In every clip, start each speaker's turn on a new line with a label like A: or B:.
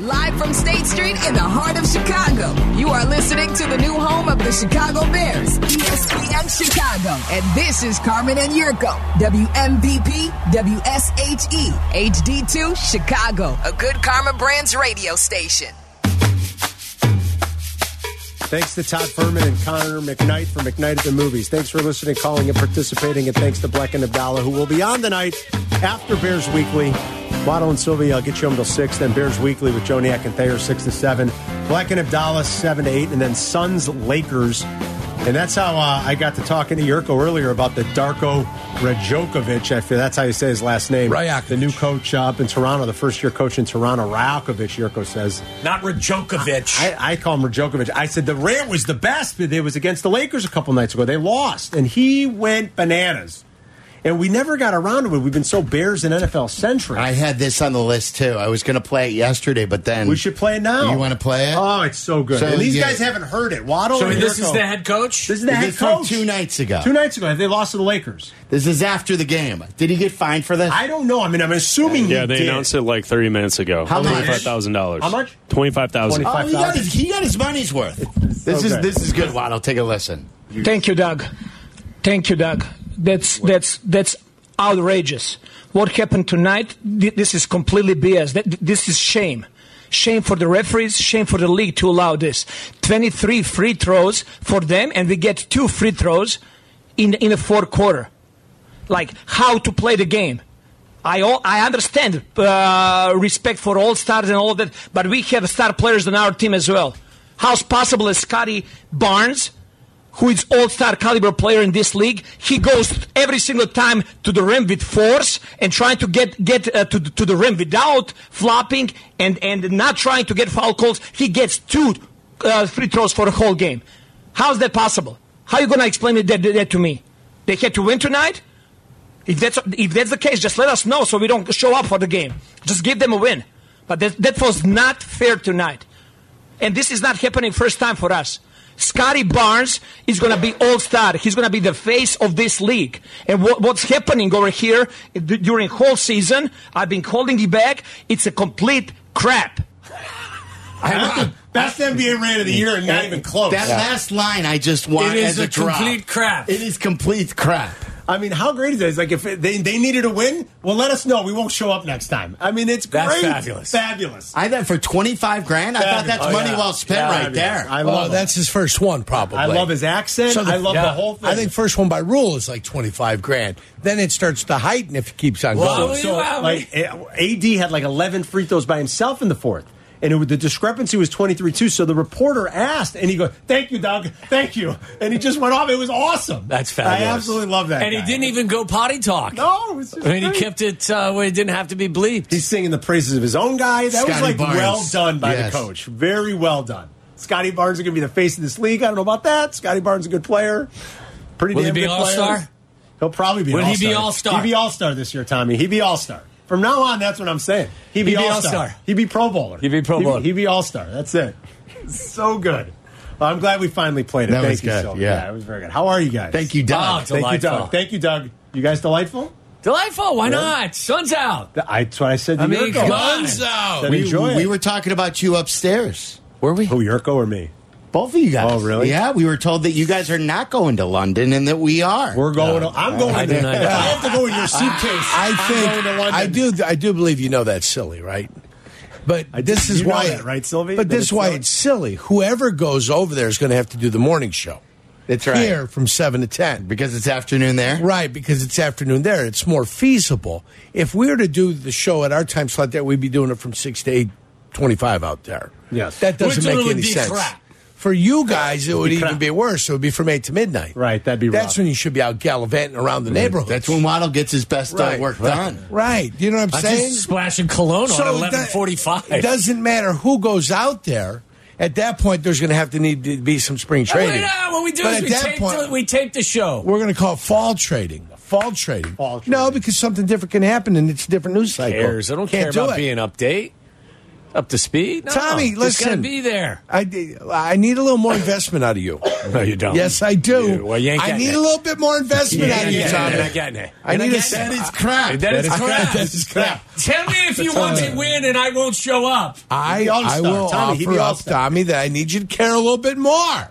A: Live from State Street in the heart of Chicago, you are listening to the new home of the Chicago Bears, E ESPN Chicago. And this is Carmen and Yurko, WMVP, WSHE, HD2, Chicago, a good Karma Brands radio station.
B: Thanks to Todd Furman and Connor McKnight for McKnight at the Movies. Thanks for listening, calling, and participating. And thanks to Black and Abdallah, who will be on tonight after Bears Weekly. Waddle and Sylvia, I'll get you home till 6. Then Bears Weekly with Joniak and Thayer, 6 to 7. Black and Abdallah, 7 to 8. And then Suns Lakers. And that's how uh, I got to talking to Yurko earlier about the Darko Rajokovic. I feel that's how you say his last name.
C: Rajakovic.
B: The new coach uh, up in Toronto, the first year coach in Toronto, Rajakovic, Yurko says.
C: Not Rajokovic.
B: I, I call him Rajokovic. I said the rant was the best, but it was against the Lakers a couple nights ago. They lost, and he went bananas. And we never got around to it. We've been so Bears and NFL centric.
D: I had this on the list too. I was going to play it yesterday, but then
B: we should play it now.
D: You want to play it?
B: Oh, it's so good.
D: So,
B: and these
D: yeah.
B: guys haven't heard it. Waddle.
C: so
B: and
C: this is
B: Yurko.
C: the head coach?
B: This is the head
D: This from
B: coach.
D: two nights ago.
B: Two nights ago, they lost to the Lakers.
D: This is after the game. Did he get fined for this?
B: I don't know. I mean, I'm assuming.
E: Yeah,
B: he
E: they
B: did.
E: announced it like 30 minutes ago.
D: How much?
E: Twenty-five thousand dollars.
B: How much?
E: Twenty-five thousand.
D: oh, he got,
B: 5,000.
D: his, he got his money's worth. This is
B: Okay.
D: this is good. Waddle, take a listen.
F: Thank you, Doug. Thank you, Doug. That's that's that's outrageous. What happened tonight? th- This is completely BS. That- This is shame. Shame for the referees. Shame for the league to allow this. Twenty-three free throws for them, and we get two free throws in in the fourth quarter. Like how to play the game. I all, I understand uh, respect for all stars and all of that, but we have star players on our team as well. How's possible is Scotty Barnes, who is all-star caliber player in this league, he goes every single time to the rim with force and trying to get get uh, to the- to the rim without flopping and and not trying to get foul calls. He gets two uh, free throws for a whole game. How's that possible? How you gonna explain it that, that to me? They had to win tonight. If that's if that's the case, just let us know so we don't show up for the game. Just give them a win. But that, that was not fair tonight, and this is not happening first time for us. Scotty Barnes is going to be all star. He's going to be the face of this league. And what, what's happening over here d- during whole season? I've been holding it back. It's a complete crap.
B: That's the best NBA rant of the year, and not even close.
D: That last line I just want
C: It is
D: as a,
C: a
D: drop.
C: complete crap.
D: It is complete crap.
B: I mean, how great is that? It's like if they, they needed a win, well, let us know. We won't show up next time. I mean, it's
C: That's
B: great.
C: fabulous.
B: Fabulous.
D: I thought for twenty five grand. I thought that's
B: Fabulous.
D: money
B: Oh, yeah.
D: well spent right
B: Fabulous.
D: there.
B: I
G: Well,
B: love him.
G: that's his first one, probably.
B: I love his accent.
G: So the-
B: I love the
C: yeah.
B: whole thing.
G: I think first one by rule is like twenty five grand. Then it starts to heighten if it keeps on
C: Wow.
G: going.
B: So,
C: Wow.
B: like, AD had like 11 free throws by himself in the fourth. And it, was- the discrepancy was 23 2. So the reporter asked, and he goes, Thank you, Doug. Thank you. And he just went off. It was awesome.
C: That's fabulous.
B: I absolutely love that.
C: And he
B: guy.
C: didn't even go potty talk.
B: No, it's just
C: I mean, he
B: great.
C: kept it uh, where it didn't have to be bleeped.
B: He's singing the praises of his own guy. That was
D: Scotty
B: like
D: Barnes.
B: well done by
D: Yes.
B: the coach. Very well done. Scotty Barnes is going to be the face of this league. I don't know about that. Scotty Barnes is a good player. Pretty
C: Will he
B: damn
C: be
B: good player.
C: all-star?
B: He'll probably be.
C: Will
B: an
C: he be
B: all-star.
C: all-star?
B: He'd be all star this year, Tommy. He'd be all star. From now on, that's what I'm saying. He'd be,
C: He'd be
B: all star.
C: all-star.
B: He'd be Pro Bowler.
C: He'd be Pro
B: He'd
C: Bowler.
B: He'd be all star. That's it. so good. Well, I'm glad we finally played it.
D: That
B: Thank
D: was
B: you,
D: good.
B: Sylvia.
D: Yeah.
B: it was very good. How are you guys?
D: Thank you,
C: Oh,
D: Doug.
C: it's
B: Thank you,
C: delightful.
B: Doug. Thank you, Doug. You guys delightful?
C: Delightful. Why not? Sun's out.
B: Th- I- That's what I said to
C: I mean,
B: Yurko.
C: come on.
G: Guns out.
B: Said
D: we,
B: enjoy it.
D: we were talking about you upstairs.
C: Were we?
B: Who, Yurko or me?
D: Both of you guys.
B: Oh, really?
D: Yeah, we were told that you guys are not going to London and that we are.
B: We're going. I'm going.
C: I
B: there.
C: do not
B: I
C: know.
B: have to go in your suitcase.
G: I
B: I'm going
G: think
B: to London.
G: I do. I do believe you know that's silly, right? But
B: I
G: this
B: do-
G: is
B: you know
G: why,
B: that, right, Sylvie?
G: But
B: That
G: this
B: it's
G: is why
B: silly?
G: it's silly. Whoever goes over there is going to have to do the morning show.
D: That's right.
G: Here from seven to ten.
D: Because it's afternoon there.
G: Right, because it's afternoon there. It's more feasible. If we were to do the show at our time slot there, we'd be doing it from six to eight twenty-five out there.
B: Yes.
G: that doesn't
C: Which
G: make
C: would
G: any
C: be
G: sense.
C: crap.
G: For you guys, it would even
B: crap.
G: be worse. It would be from eight to midnight.
B: Right, that'd be
G: That's
B: rough.
G: when you should be out gallivanting around the neighborhood.
D: That's when Waddle gets his best uh,
G: Right.
D: work done.
G: Right. You know what I'm
C: I
G: saying?
C: just splashing cologne on
G: it do-
C: Oh, eleven forty-five.
G: It doesn't matter who goes out there. At that point, there's going to have to need to be some spring
C: Wait,
G: trading.
C: no, what we do
G: But
C: is
G: at
C: we
G: that
C: tape,
G: point-
C: the, we tape the show.
G: We're going to call it fall trading. Fall trading.
B: Fall
G: No,
B: trading.
G: because something different can happen and it's a different news cycle.
C: cares? I don't
G: Can't
C: care
G: do
C: about
G: it.
C: being update. up to speed. No,
G: Tommy,
C: just
G: listen.
C: gotta be there.
G: I, d- I need a little more investment out of you.
C: No, you don't.
G: Yes, I do.
C: well, you ain't
G: I
C: getting
G: need
C: it.
G: a little bit more investment out of you, Tommy.
C: You're not getting it.
G: I
C: You're
G: need
C: not
G: a
C: getting it.
G: that is crap.
C: That is
G: That is
C: crap.
G: crap. That is crap.
C: Tell me if you want to win, and I won't show up.
G: I, I
B: all-star.
G: will
B: Tommy, he'd be
G: offer up,
B: all-star.
G: Tommy, that I need you to care a little bit more.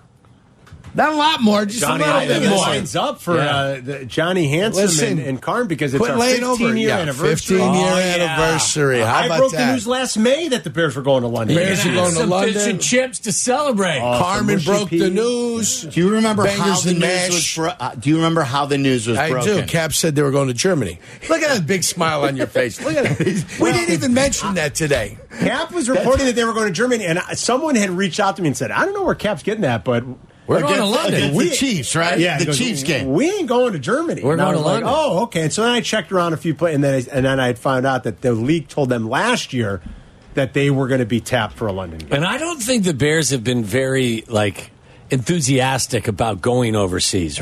G: Not a lot more, just
B: Johnny,
G: a
B: I
G: little
B: think
G: bit
B: it
G: more.
B: lines up for uh, the Johnny Hanson
G: Listen,
B: and, and Karn because it's
G: Quit
B: our
G: laying
B: 15
G: over.
B: year
G: yeah,
B: anniversary.
G: 15 year
C: Oh, yeah.
G: anniversary. How
B: I
G: about
B: broke
G: that?
B: the news last May that the Bears were going to London.
G: Bears
C: You're
G: are
C: gonna have
G: going to
C: some fish
G: London.
C: and chips to celebrate.
G: Carmen
B: Mushy
G: broke the
B: peas.
G: news.
D: Do you remember how
G: Bangers
D: the
G: and
D: news was?
G: mash.
D: Bro- uh, do you remember how the news was
G: I
D: broken?
G: do. Cap said they were going to Germany. Look at that big smile on your face. Look at it. We didn't even mention that today.
B: Cap was reporting that they were going to Germany, and I- someone had reached out to me and said, "I don't know where Cap's getting that, but
C: We're going to London.
D: against the Chiefs, right?
B: Yeah, he
D: the
B: goes,
D: Chiefs game.
B: We ain't going to Germany.
C: We're
B: And I
C: going
B: was
C: to
B: like,
C: London.
B: Oh, okay. And so then I checked around a few places, and then I, and then I had found out that the league told them last year that they were going to be tapped for a London game.
C: And I don't think the Bears have been very like enthusiastic about going overseas,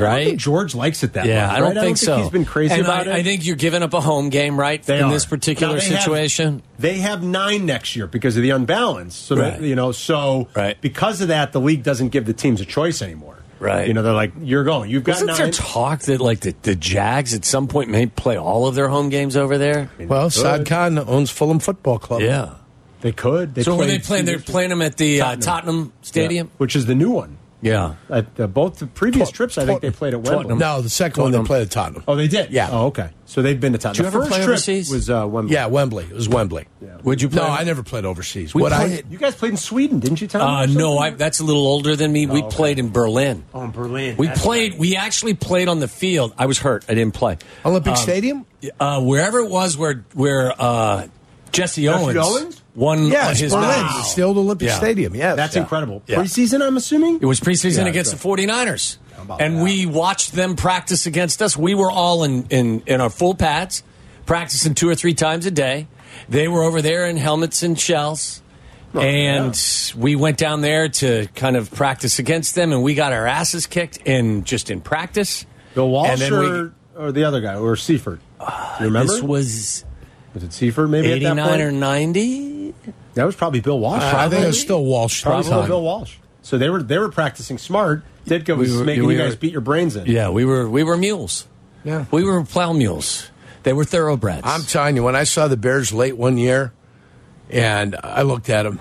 B: I think
C: right?
B: George likes it that
C: Yeah,
B: much.
C: I don't
B: right?
C: think so.
B: He's been crazy
C: And
B: about
C: I,
B: it.
C: I think you're giving up a home game, right?
B: They
C: in
B: are.
C: this particular
B: Now, they have-
C: situation.
B: they have nine next year because of the unbalance. So that-
C: Right.
B: you know, so
C: Right.
B: because of that, the league doesn't give the teams a choice anymore.
C: Right.
B: You know, they're like, you're going. You've got
C: Wasn't
B: nine.
C: there talk that like the, the Jags at some point may play all of their home games over there?
G: Well, Saad Khan owns Fulham Football Club.
C: Yeah.
B: they could. They
C: So were
B: played
C: they playing? They're
B: years ago.
C: playing them at the uh,
B: Tottenham.
C: Tottenham Stadium. Uh,
B: Yeah, which is the new one.
C: Yeah.
B: At the, both the previous
G: Tot-
B: trips, I think
G: Tot-
B: they played at Wembley.
C: Tottenham.
G: No, the second one
C: Tottenham.
G: they played at Tottenham.
B: Oh, they did.
G: Yeah.
B: Oh, okay. So they've been to Tottenham.
C: Do you ever
B: the first
C: play
B: trip
C: overseas?
B: was uh, Wembley.
G: Yeah, Wembley. It was Wembley.
C: Would you play?
G: No, I never played overseas.
B: We
G: What I
B: played- you guys played in Sweden, didn't you, Tom?
C: Uh,
B: Or
C: no, I,
B: Oh, something? Oh,
C: that's a little older than me. We
B: okay.
C: played in Berlin.
B: Oh, in Berlin.
C: We
B: That's
C: played.
B: right.
C: We actually played on the field. I was hurt. I didn't play.
B: Um,
G: Olympic Stadium?
C: Uh, wherever it was, where where uh, Jesse, Owens,
B: Owens?
C: won
G: Yeah, it's
C: his
G: Berlin.
C: match.
G: It's the old Olympic
C: Yeah.
G: Stadium. Yeah,
B: That's
G: yeah.
B: incredible.
C: Yeah.
B: Preseason, I'm assuming.
C: It was preseason
B: Yeah,
C: against
B: that's
C: the 49ers.
B: about
C: And
B: that?
C: we watched them practice against us. We were all in, in, in our full pads, practicing two or three times a day. They were over there in helmets and shells.
B: Oh,
C: and we went down there to kind of practice against them, and we got our asses kicked in just in practice.
B: Bill Walsh
C: And then we- Uh,
B: or, or the other guy, or Seifert. Do you remember?
C: This was
B: was it Seifert maybe at that
C: 89
B: point?
C: or Uh, 90.
B: that was probably Bill Walsh.
G: I think it's still Walsh.
B: probably
G: time.
B: Bill Walsh. So they were they were practicing smart. Ditka was
C: We were-
B: making
C: we
B: you guys
C: were-
B: beat your brains in.
C: Yeah, we were, we were mules.
G: Yeah.
C: We were plow mules. They were thoroughbreds.
G: I'm telling you, when I saw the Bears late one year, and I looked at them,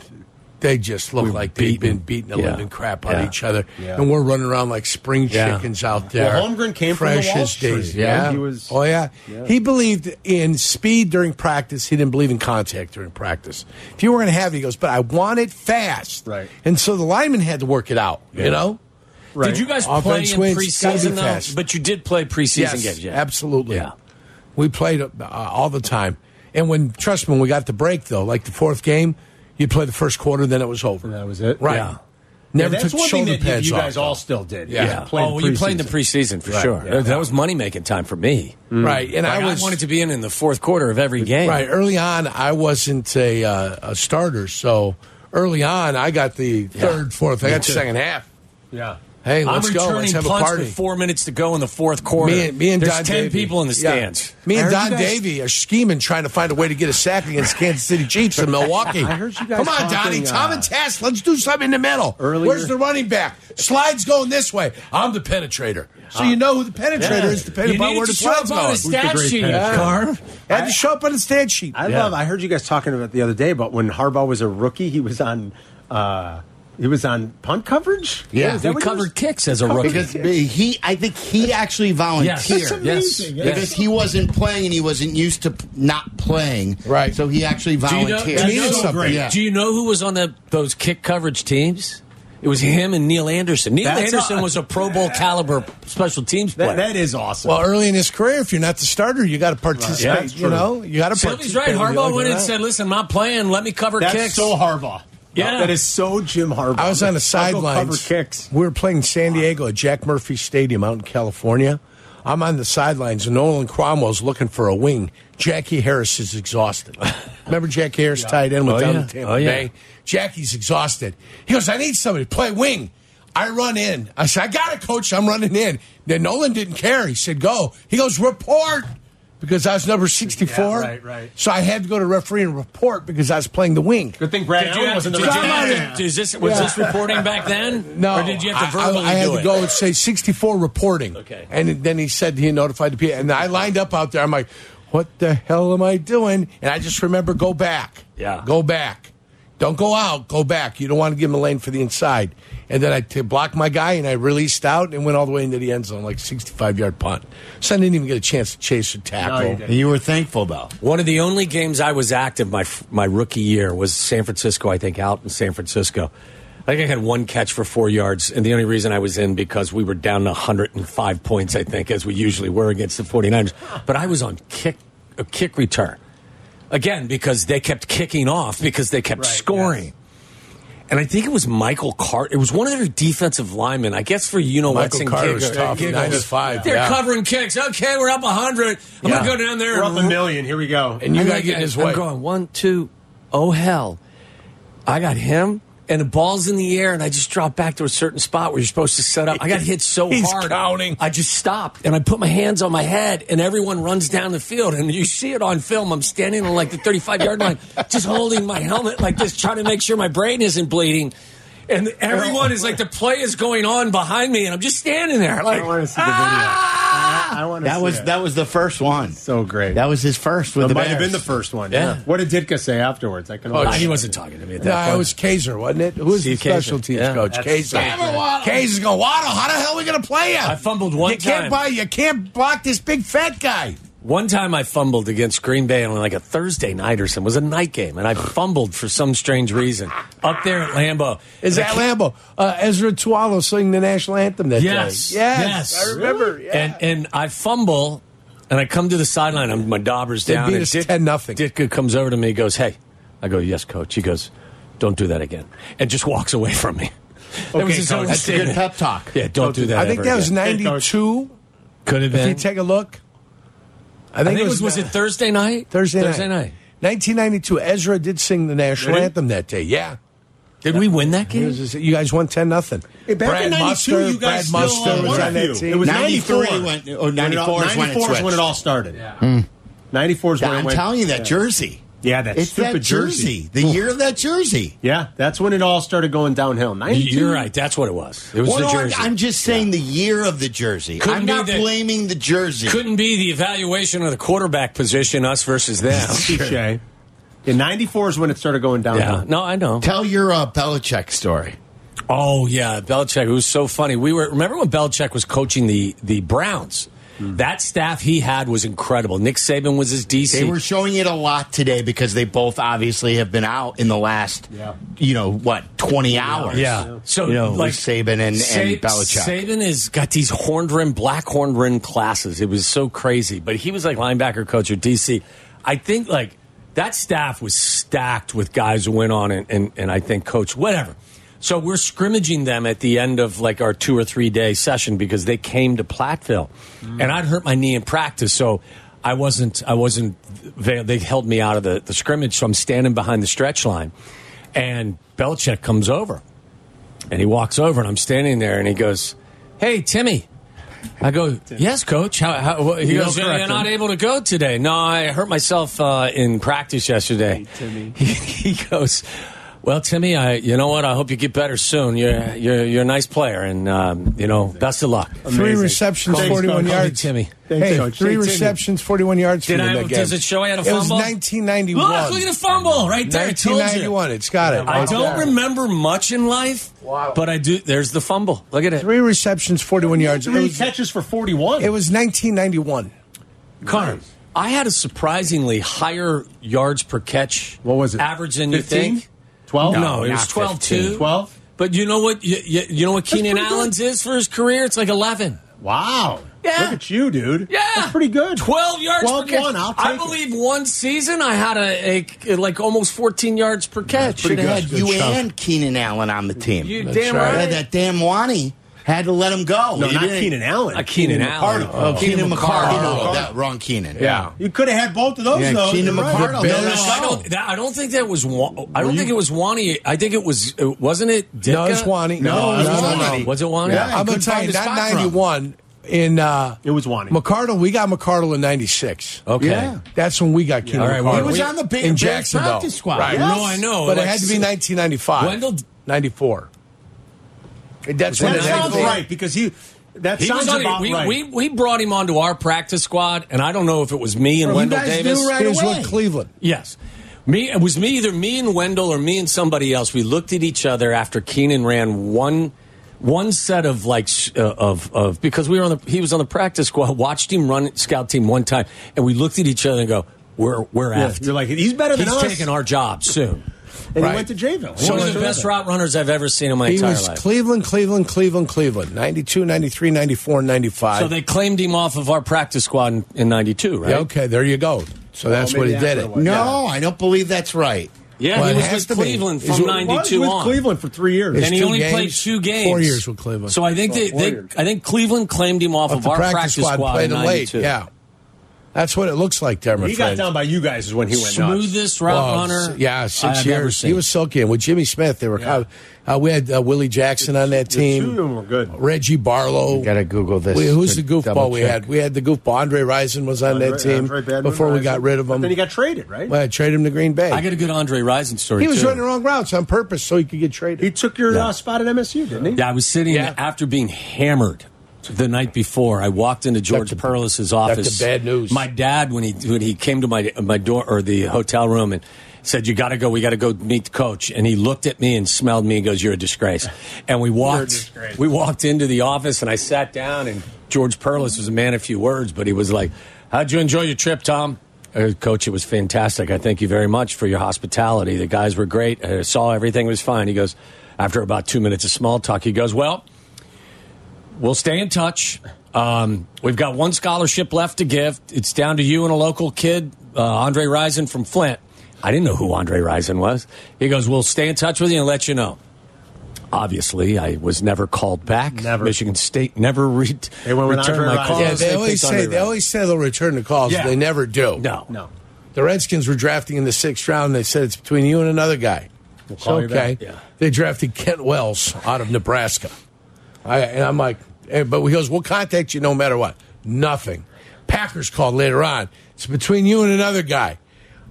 G: they just looked
C: We were
G: like they'd
C: beaten.
G: been beating the
C: Yeah.
G: living crap out of
C: Yeah.
G: each other,
B: Yeah.
G: and we're running around like spring
C: Yeah.
G: chickens out there.
B: Well, Holmgren came from the
G: fresh
B: Wall
G: as
B: Street,
G: daisies.
B: you know,
G: Yeah,
B: he was-
G: Oh yeah.
B: Yeah.
G: he believed in speed during practice. He didn't believe in contact during practice. If you were going to have it, he goes, but I want it fast.
B: Right.
G: And so the lineman had to work it out. You know.
B: Right.
C: Did you guys
G: Offense
C: play in
G: wins, gotta be
C: preseason though?
G: fast.
C: But you did play preseason
G: yes,
C: games, yeah.
G: absolutely.
C: Yeah.
G: We played uh, all the time. And when, trust me, when we got the break, though, like the fourth game, you play the first quarter, then it was over.
B: And that was it?
G: Right.
C: Yeah.
G: Never
B: Yeah, that's
G: took
B: one thing
G: shoulder
B: that you-
G: pads
B: you
G: off,
B: guys
G: though.
B: all still did.
G: Yeah.
B: Yeah.
C: oh, well, you played in the preseason for
B: Right,
C: sure.
B: yeah.
C: That was money making time for me.
G: Right. And
C: Mm. Like,
G: Mm. I was.
C: wanted to be in in the fourth quarter of every game.
G: Right. Early on, I wasn't a, uh, a starter. So early on, I got the third, fourth. I got the second half.
B: Yeah.
G: Hey,
C: I'm
G: let's go.
C: returning
G: Let's have a
C: punts
G: party.
C: with four minutes to go in the fourth quarter.
G: Me and, me and
C: There's
G: Don
C: ten
G: Davey.
C: people in the
G: Yeah.
C: stands.
G: Me
B: I
G: and
B: heard
G: Don
B: you guys-
G: Davey are scheming, trying to find a way to get a sack against Kansas City Chiefs in Milwaukee.
B: I heard you guys
G: Come on,
B: talking,
G: Donnie, Tom
B: uh,
G: and Tess, let's do something in the middle.
B: Earlier-
G: Where's the running back? Slide's going this way. I'm the penetrator. So you know who the penetrator is, depending
C: You
G: upon
C: needed
G: where
C: to
G: the
C: show up
G: slide's
C: on
G: going.
C: a stat
B: great
C: sheet,
B: penetrator?
C: Carm.
G: Had to show up on the stat sheet.
B: I love. I heard you guys talking about it the other day about when Harbaugh was a rookie. He was on. Uh, he was on punt coverage.
D: Yeah.
B: Is that
C: We
B: what he was-
C: covered kicks as a rookie.
D: Because he, I think he actually volunteered.
C: Yes.
B: That's
C: Yes.
B: amazing.
C: Yes.
D: Because he wasn't playing and he wasn't used to p- not playing.
G: Right.
D: So he actually
C: Do you know,
D: volunteered.
C: do you
G: means
C: know-
G: something.
D: Yeah.
C: do you know who was on the, those kick coverage teams? It was him and Neil Anderson. Neil
B: That's
C: Anderson
B: a-
C: was a Pro Bowl caliber special teams player.
B: That, that is awesome.
G: Well, early in his career, if you're not the starter, you got to participate.
B: Yeah, that's
G: you
B: true.
G: know, you got to participate.
C: Sylvie's right.
G: with the
C: Harbaugh
G: other
C: went in and
G: guy.
C: said, "Listen, I'm not playing. Let me cover
B: That's
C: kicks."
B: so Harbaugh.
C: Yeah.
B: that is so Jim Harbaugh.
G: I was on the
B: I'll go
G: sideline.
B: Cover kicks.
G: We were playing San Diego at Jack Murphy Stadium out in California. I'm on the sidelines, and Nolan Cromwell's looking for a wing. Jackie Harris is exhausted. Remember Jackie Harris tied in with
C: Oh,
G: down
C: yeah.
G: in Tampa
C: Oh, yeah.
G: Bay? Jackie's exhausted. He goes, I need somebody to play wing. I run in. I said, I got it, coach. I'm running in. Then Nolan didn't care. He said, go. He goes, report. because I was number 64.
H: Yeah, right, right.
G: So I had to go to referee and report because I was playing the wing.
H: Good thing Brad
C: Did you
H: Allen
C: have-
H: wasn't
C: did
H: the
C: you
G: Come
C: have-
G: on
H: right
G: in.
C: Is this was
G: Yeah.
C: this reporting back then?
G: No,
C: or did you have to
G: I- I-
C: verbally
G: I, had
C: do
G: to
C: it?
G: go and say 64 reporting.
C: Okay.
G: And then he said he notified the P. And I lined up out there. I'm like, what the hell am I doing? And I just remember go back.
E: Yeah.
G: Go back. Don't go out. Go back. You don't want to give him a lane for the inside. And then I t- blocked my guy and I released out and went all the way into the end zone, like 65 yard punt. So I didn't even get a chance to chase or tackle.
H: No, you didn't.
D: You were thankful though.
C: One of the only games I was active my my rookie year was San Francisco. I think out in San Francisco. I think I had one catch for four yards, and the only reason I was in because we were down 105 points, I think, as we usually were against the 49ers. But I was on kick a kick return again because they kept kicking off because they kept
H: Right,
C: scoring. And I think it was Michael Cart. It was one of their defensive linemen. I guess for you know what's
G: Michael
C: in
G: Carter's
C: kick-
G: tough.
C: giggles.
G: 95.
C: They're
G: yeah.
C: covering kicks. Okay, we're up 100. I'm
G: Yeah.
C: going to go down there
H: We're
C: and
H: up a million. Here we go.
G: And you
C: I'm
G: got to
C: like,
G: get in his way.
C: I'm going one, two, oh hell. I got him, and the ball's in the air, and I just dropped back to a certain spot where you're supposed to set up. I got hit so
G: He's
C: hard.
G: counting.
C: I just stopped, and I put my hands on my head, and everyone runs down the field. And you see it on film. I'm standing on like the 35 yard line, just holding my helmet like this, trying to make sure my brain isn't bleeding. And everyone is like, the play is going on behind me, and I'm just standing there. Like,
B: I want to see the video. I,
C: Ah!
B: I want to
D: That
B: see
D: was
B: it.
D: that was the first one.
B: so great.
D: That was his first with
B: That
D: the
B: might have
D: Bears.
B: been the first one.
C: Yeah.
B: What did Ditka say afterwards? I can.
G: Oh,
B: only-
C: he wasn't talking to me at that
G: No,
C: point.
G: it was Kaiser, wasn't it? Who was
C: Steve
G: the special
C: Kaiser.
G: teams
C: Yeah.
G: coach?
H: That's
G: Kaiser.
H: Damn it, Waddle.
G: Kaiser's going, Waddle, how the hell are we going to play him?
C: I fumbled one
G: you can't
C: time.
G: Buy, you can't block this big fat guy.
C: One time I fumbled against Green Bay on like a Thursday night or something. It was a night game, and I fumbled for some strange reason up there at Lambeau.
G: Is that Lambo? Uh, Ezra Tualo singing the national anthem that
C: Yes.
G: day. Yes.
C: Yes.
G: I remember. Yeah.
C: And and I fumble, and I come to the sideline. I'm my daubers
G: They
C: down.
G: beat
C: and
G: us 10-0.
C: Ditka comes over to me. He goes, "Hey," I go, "Yes, coach." He goes, "Don't do that again," and just walks away from me. that was
H: Okay,
C: his
H: coach.
C: own
H: That's
D: a good
C: statement.
D: pep talk.
C: Yeah, don't, do that.
G: I think
C: ever
G: that was
C: again.
G: 92.
C: could have
G: If you
C: been.
G: take a look.
C: I think it was was it Thursday night?
G: Thursday,
C: Thursday night.
G: 1992. Ezra did sing the national
H: Did he?
G: anthem that day. Yeah.
C: Did we win that game?
G: It was just- you guys won 10 nothing.
B: Hey, back in 92,
G: Muster,
B: you guys
G: Brad
B: still,
G: Muster
B: uh,
G: was
B: won a
G: on that
B: few.
G: team.
B: It was
D: 93
B: 94.
D: when- or
B: When it all-
D: 94 oh, is when it
B: 94 is when it
D: switched. Hmm.
B: all started. 94 is when it
D: I'm
B: went.
D: telling you that jersey.
B: Yeah, that
D: It's
B: stupid
D: that jersey. The year of that jersey.
B: Yeah, that's when it all started going downhill. 92.
C: You're right. That's what it was. It was
D: Well,
C: the
D: no,
C: jersey.
D: I'm just saying the year of the jersey.
C: Couldn't
D: I'm
C: be
D: not
C: that-
D: blaming the jersey.
C: couldn't be the evaluation of the quarterback position, us versus them.
B: Touche. Yeah, 94 is when it started going downhill.
C: yeah, no, I know.
D: Tell your uh, Belichick story.
C: Oh yeah, Belichick. It was so funny. We were remember when Belichick was coaching the the Browns. That staff he had was incredible. Nick Saban was his DC.
D: They were showing it a lot today because they both obviously have been out in the last,
B: Yeah.
D: you know, what, 20 hours.
C: yeah. So
D: You know,
C: like
D: with Saban and,
C: Sa-
D: and Belichick.
C: Saban has got these horned rim, black horned rim classes. It was so crazy. But he was like linebacker coach or DC. I think like that staff was stacked with guys who went on and, and, and I think coach whatever. So we're scrimmaging them at the end of like our two or three day session because they came to Platteville,
D: Mm.
C: and I'd hurt my knee in practice, so I wasn't I wasn't they, they held me out of the, the scrimmage, so I'm standing behind the stretch line, and Belichick comes over, and he walks over, and I'm standing there, and he goes, "Hey, Timmy." I go, "Yes, coach." How, how, what-" he
B: You
C: goes,
B: don't
C: "You're
B: correct
C: not
B: him.
C: able to go today." No, I hurt myself uh, in practice yesterday. Timmy. He, he goes, "Well, Timmy, I, you know what? I hope you get better soon. You're you're, you're a nice player, and um, you know, best of luck."
G: Three
B: Amazing.
G: receptions,
B: Thanks,
G: 41
B: Coach.
G: yards.
C: Timmy.
B: Thanks,
G: hey,
B: Coach.
G: three
B: Thanks, Timmy.
G: receptions, 41 yards
C: Did
G: for
C: I-
G: him again.
C: does it show I had a fumble?
G: It was 1991.
C: Look, look at the fumble right there. I told you.
G: 1991. It's got it.
C: I
G: right
C: don't
G: there.
C: remember much in life,
G: Wow.
C: but I do. There's the fumble. Look at it.
G: Three receptions, 41 yards. It
B: Three
G: was, it
B: catches for 41.
G: was 1991.
C: Carm, I had a surprisingly higher yards per catch.
B: What was it?
C: Average than you
B: 15?
C: think?
B: 12?
C: No, it was
D: not
C: 12
D: 15.
C: too.
B: 12?
C: But you know what? You, you, you know what Keenan
B: pretty good.
C: Allen's is for his career? It's like 11.
B: Wow.
C: Yeah.
B: Look at you, dude.
C: Yeah.
B: That's pretty good.
C: 12 yards
B: 12,
C: per catch.
B: one, I'll
C: I
B: take it.
C: believe one season I had a, a- like almost 14 yards per catch.
D: Should
C: Should've
D: have had
C: had-
D: you and Keenan Allen on the team.
C: You damn
D: Yeah,
C: right.
D: that damn Wani had to let him go.
B: No,
D: He
B: not
D: didn't-
B: Keenan Allen.
C: A Keenan Allen.
D: Oh, Keenan McCarty.
C: McCardle.
D: No, that- wrong Keenan.
B: Yeah. You could have had both of those,
D: Yeah,
B: though.
D: Keenan
B: You're right.
D: McCardle.
B: You're
D: No, no,
B: right.
C: I don't. That, I don't think that was. Wa- I don't think it was Wani. I think it was. uh, Wasn't it? Ditka?
G: No, it's Wani.
B: No,
G: No,
B: it was
G: no, no,
B: Wani.
G: no.
C: Was it Wani?
B: Yeah.
G: I'm going
D: couldn't
G: to tell
D: find
G: you,
D: the
G: not
D: spot from.
G: 91. in uh,
B: It was Wani.
G: McCardle. We got McCardle in '96.
C: Okay.
D: Yeah.
G: That's when we got Keenan.
C: All right,
G: McCardle.
C: well,
D: He was
C: we-
D: on the big
G: in
D: Bears
G: Jacksonville.
D: practice squad.
G: Right.
D: Yes.
C: No, I know.
G: but it
C: Like,
G: had to be 1995.
C: Wendell-
G: 94. That's when
B: That
G: it had to
B: sounds
G: be.
B: right because he. That
C: He
B: sounds
C: was on,
B: about
C: we,
B: right.
C: we, we brought him onto our practice squad, and I don't know if it was me and
D: You
C: Wendell
D: guys
C: Davis.
D: knew right
G: It was
D: away.
G: with Cleveland.
C: Yes. Me, it was me, either me and Wendell or me and somebody else. We looked at each other after Keenan ran one, one set of like, sh- uh, of, of, because we were on the, he was on the practice squad, watched him run scout team one time, and we looked at each other and go, we're, we're
B: Yeah,
C: after.
B: you're like he's better than
C: He's
B: us.
C: taking our job soon.
B: and
G: Right.
B: he went to Jayville.
C: One of the best route runners I've ever seen in my
G: He
C: entire
G: was
C: life.
G: Cleveland, Cleveland, Cleveland, Cleveland. 92, 93, 94, 95.
C: so they claimed him off of our practice squad in, in 92, right?
G: Yeah, okay, there you go. So that's
B: maybe
G: what he
B: after
G: did
B: a
G: it.
B: while.
D: No, I don't believe that's right.
C: Yeah,
G: Well, it
C: he was
G: has
C: with
G: to be.
C: Cleveland
G: Is
C: from
G: it-
B: was
C: 92
B: with
C: on.
B: Cleveland for three years.
G: It's
C: and he
G: two
C: only
G: games,
C: played two games.
G: four years with Cleveland.
C: So I think they,
B: four
C: they
B: years.
C: I think Cleveland claimed him off
G: But
C: of
G: the
C: our
G: practice, squad, played
C: in
G: him late.
C: 92.
G: Yeah. That's what it looks like there, my
B: he got
G: friend.
B: down by you guys is when he went nuts.
C: Smoothest route
G: Well,
C: runner.
G: s- Yeah, 6
C: I've
G: years.
C: Ever seen.
G: He was silky. And with Jimmy Smith, they were kind of, uh, we had uh, Willie Jackson on that team.
B: two of them were good.
G: Reggie Barlow.
D: Gotta Google this
G: We- who's
D: to
G: the goofball
D: double
G: we
D: check.
G: had? We had the goofball. Andre Risen was on
B: Andre-
G: that team
B: Andre Badman,
G: before we got
B: Rison.
G: rid of
B: But
G: him.
B: then he got traded, right?
G: well, I traded him to Green Bay.
C: I got a good Andre Rison story.
G: he was
C: too.
G: running wrong routes on purpose so he could get traded.
B: he took your uh, spot at MSU, didn't he?
C: Yeah, I was sitting
G: Yeah.
C: after being hammered the night before. I walked into George
G: the-
C: Perlis's
G: the
C: office.
G: bad news.
C: My dad, when he when he came to my my door or the hotel room and said, "You got to go. We got to go meet the coach." And he looked at me and smelled me and goes, "You're a disgrace." And we walked
B: disgrace.
C: we walked into the office and I sat down and George Perlis was a man of few words, but he was like, "How'd you enjoy your trip, Tom?" Uh, Coach, it was fantastic. I thank you very much for your hospitality. The guys were great. I saw everything was fine. He goes, after about two minutes of small talk, he goes, Well, we'll stay in touch. Um, we've got one scholarship left to give. It's down to you and a local kid, uh, Andre Risen from Flint. I didn't know who Andre Risen was. He goes, We'll stay in touch with you and let you know. Obviously, I was never called back.
B: Never.
C: Michigan State never re-
B: They went with
C: returned
B: Andre
C: my
B: Rison.
C: calls.
G: yeah, they
C: They
G: always
C: picked
G: say
C: Andre
G: they
C: Rison.
G: always say they'll return the calls.
B: Yeah.
G: They never do.
C: No.
B: No.
G: The Redskins were drafting in the sixth round. They said it's between you and another guy. It's
B: call you
G: okay.
B: back. Yeah.
G: They drafted Kent Wells out of Nebraska. I, and I'm like, eh, but he goes, we'll contact you no matter what. Nothing. Packers called later on. It's between you and another guy.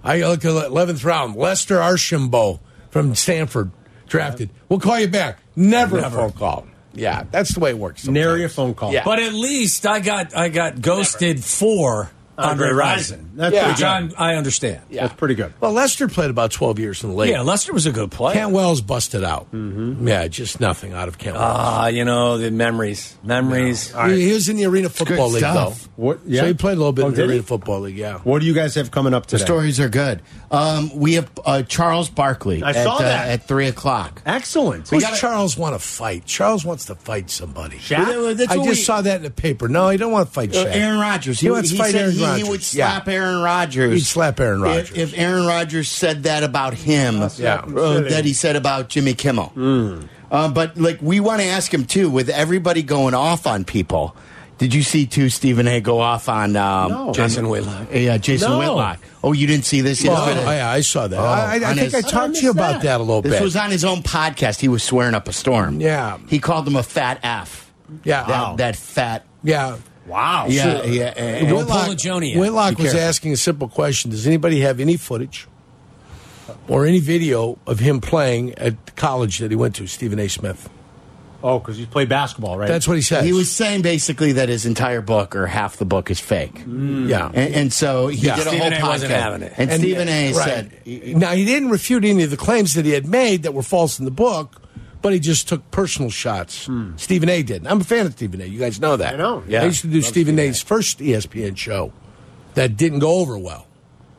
G: I look at the 11th round. Lester Archambault from Stanford drafted. We'll call you back. Never, a phone call. Yeah, that's the way it works. sometimes.
B: Nary a phone call.
G: Yeah.
C: But at least I got I got ghosted for Andre,
B: Andre
C: Rison.
B: Rison. That's
G: Yeah.
C: which I'm, I understand.
G: Yeah.
B: That's pretty good.
G: Well, Lester played about 12 years in the league.
C: Yeah, Lester was a good player.
G: Cant Wells busted out. Mm-hmm. Yeah, just nothing out of Cant
B: Uh,
G: Wells.
C: Ah, you know the memories, memories.
G: He- he, was in the Arena Football
D: Good
G: League,
D: stuff.
G: though.
B: What- yeah.
G: So he played a little bit
B: Oh,
G: in the
B: did he?
G: Arena Football League, yeah.
B: What do you guys have coming up
D: The
B: today?
D: stories are good. Um, we have uh, Charles Barkley.
B: I
D: at,
B: saw
D: uh,
B: that.
D: at three o'clock.
B: Excellent.
G: Who's
B: We gotta-
G: Charles want to fight? Charles wants to fight somebody.
B: Shaq?
D: Well, that's
G: I
D: what
G: just
D: we-
G: saw that in the paper. No, he don't want to fight
D: Uh,
G: Shaq.
D: Aaron Rodgers.
G: He, wants to fight
D: said
G: Aaron
D: he,
G: Rodgers.
D: he would
G: Yeah.
D: slap Aaron Rodgers.
G: He'd slap Aaron Rodgers.
D: If, if Aaron Rodgers said that about him,
G: Yeah. Hmm.
D: uh, that he said about Jimmy Kimmel. Uh, but like we want to ask him too, with everybody going off on people. Did you see too Stephen A. go off on um,
B: No.
C: Jason Whitlock.
D: Yeah, Jason
B: No.
D: Whitlock. Oh, you didn't see this?
G: Well,
D: yesterday?
G: I, I- I saw that. I, I- I
D: on
G: think
D: his-
G: I
D: I
G: talked to you
B: missed
G: about
B: that.
G: that a little
D: This
G: bit.
D: was on his own podcast. He was swearing up a storm.
G: Yeah.
D: He called him a fat F.
G: yeah,
D: That, that fat.
G: yeah.
B: wow.
D: Yeah,
B: So-
D: yeah. and-
C: Polajonian.
G: uh, Whitlock
D: Be
G: was
D: careful.
G: asking a simple question: Does anybody have any footage or any video of him playing at the college that he went to, Stephen A. Smith?
B: Oh, because you played basketball, right?
G: That's what he said.
D: He was saying basically that his entire book or half the book is fake.
G: yeah.
D: And, and so he
G: Yeah.
D: did a whole
C: Stephen A
D: podcast.
C: wasn't having it.
D: And,
G: And-
D: Stephen A.
G: right.
D: said,
G: now he didn't refute any of the claims that he had made that were false in the book, but he just took personal shots. Stephen A. did. I'm a fan of Stephen A. You guys know that.
B: I know.
G: I
B: Yeah.
G: used to do Stephen, A.'s first E ESPN show that didn't go over well.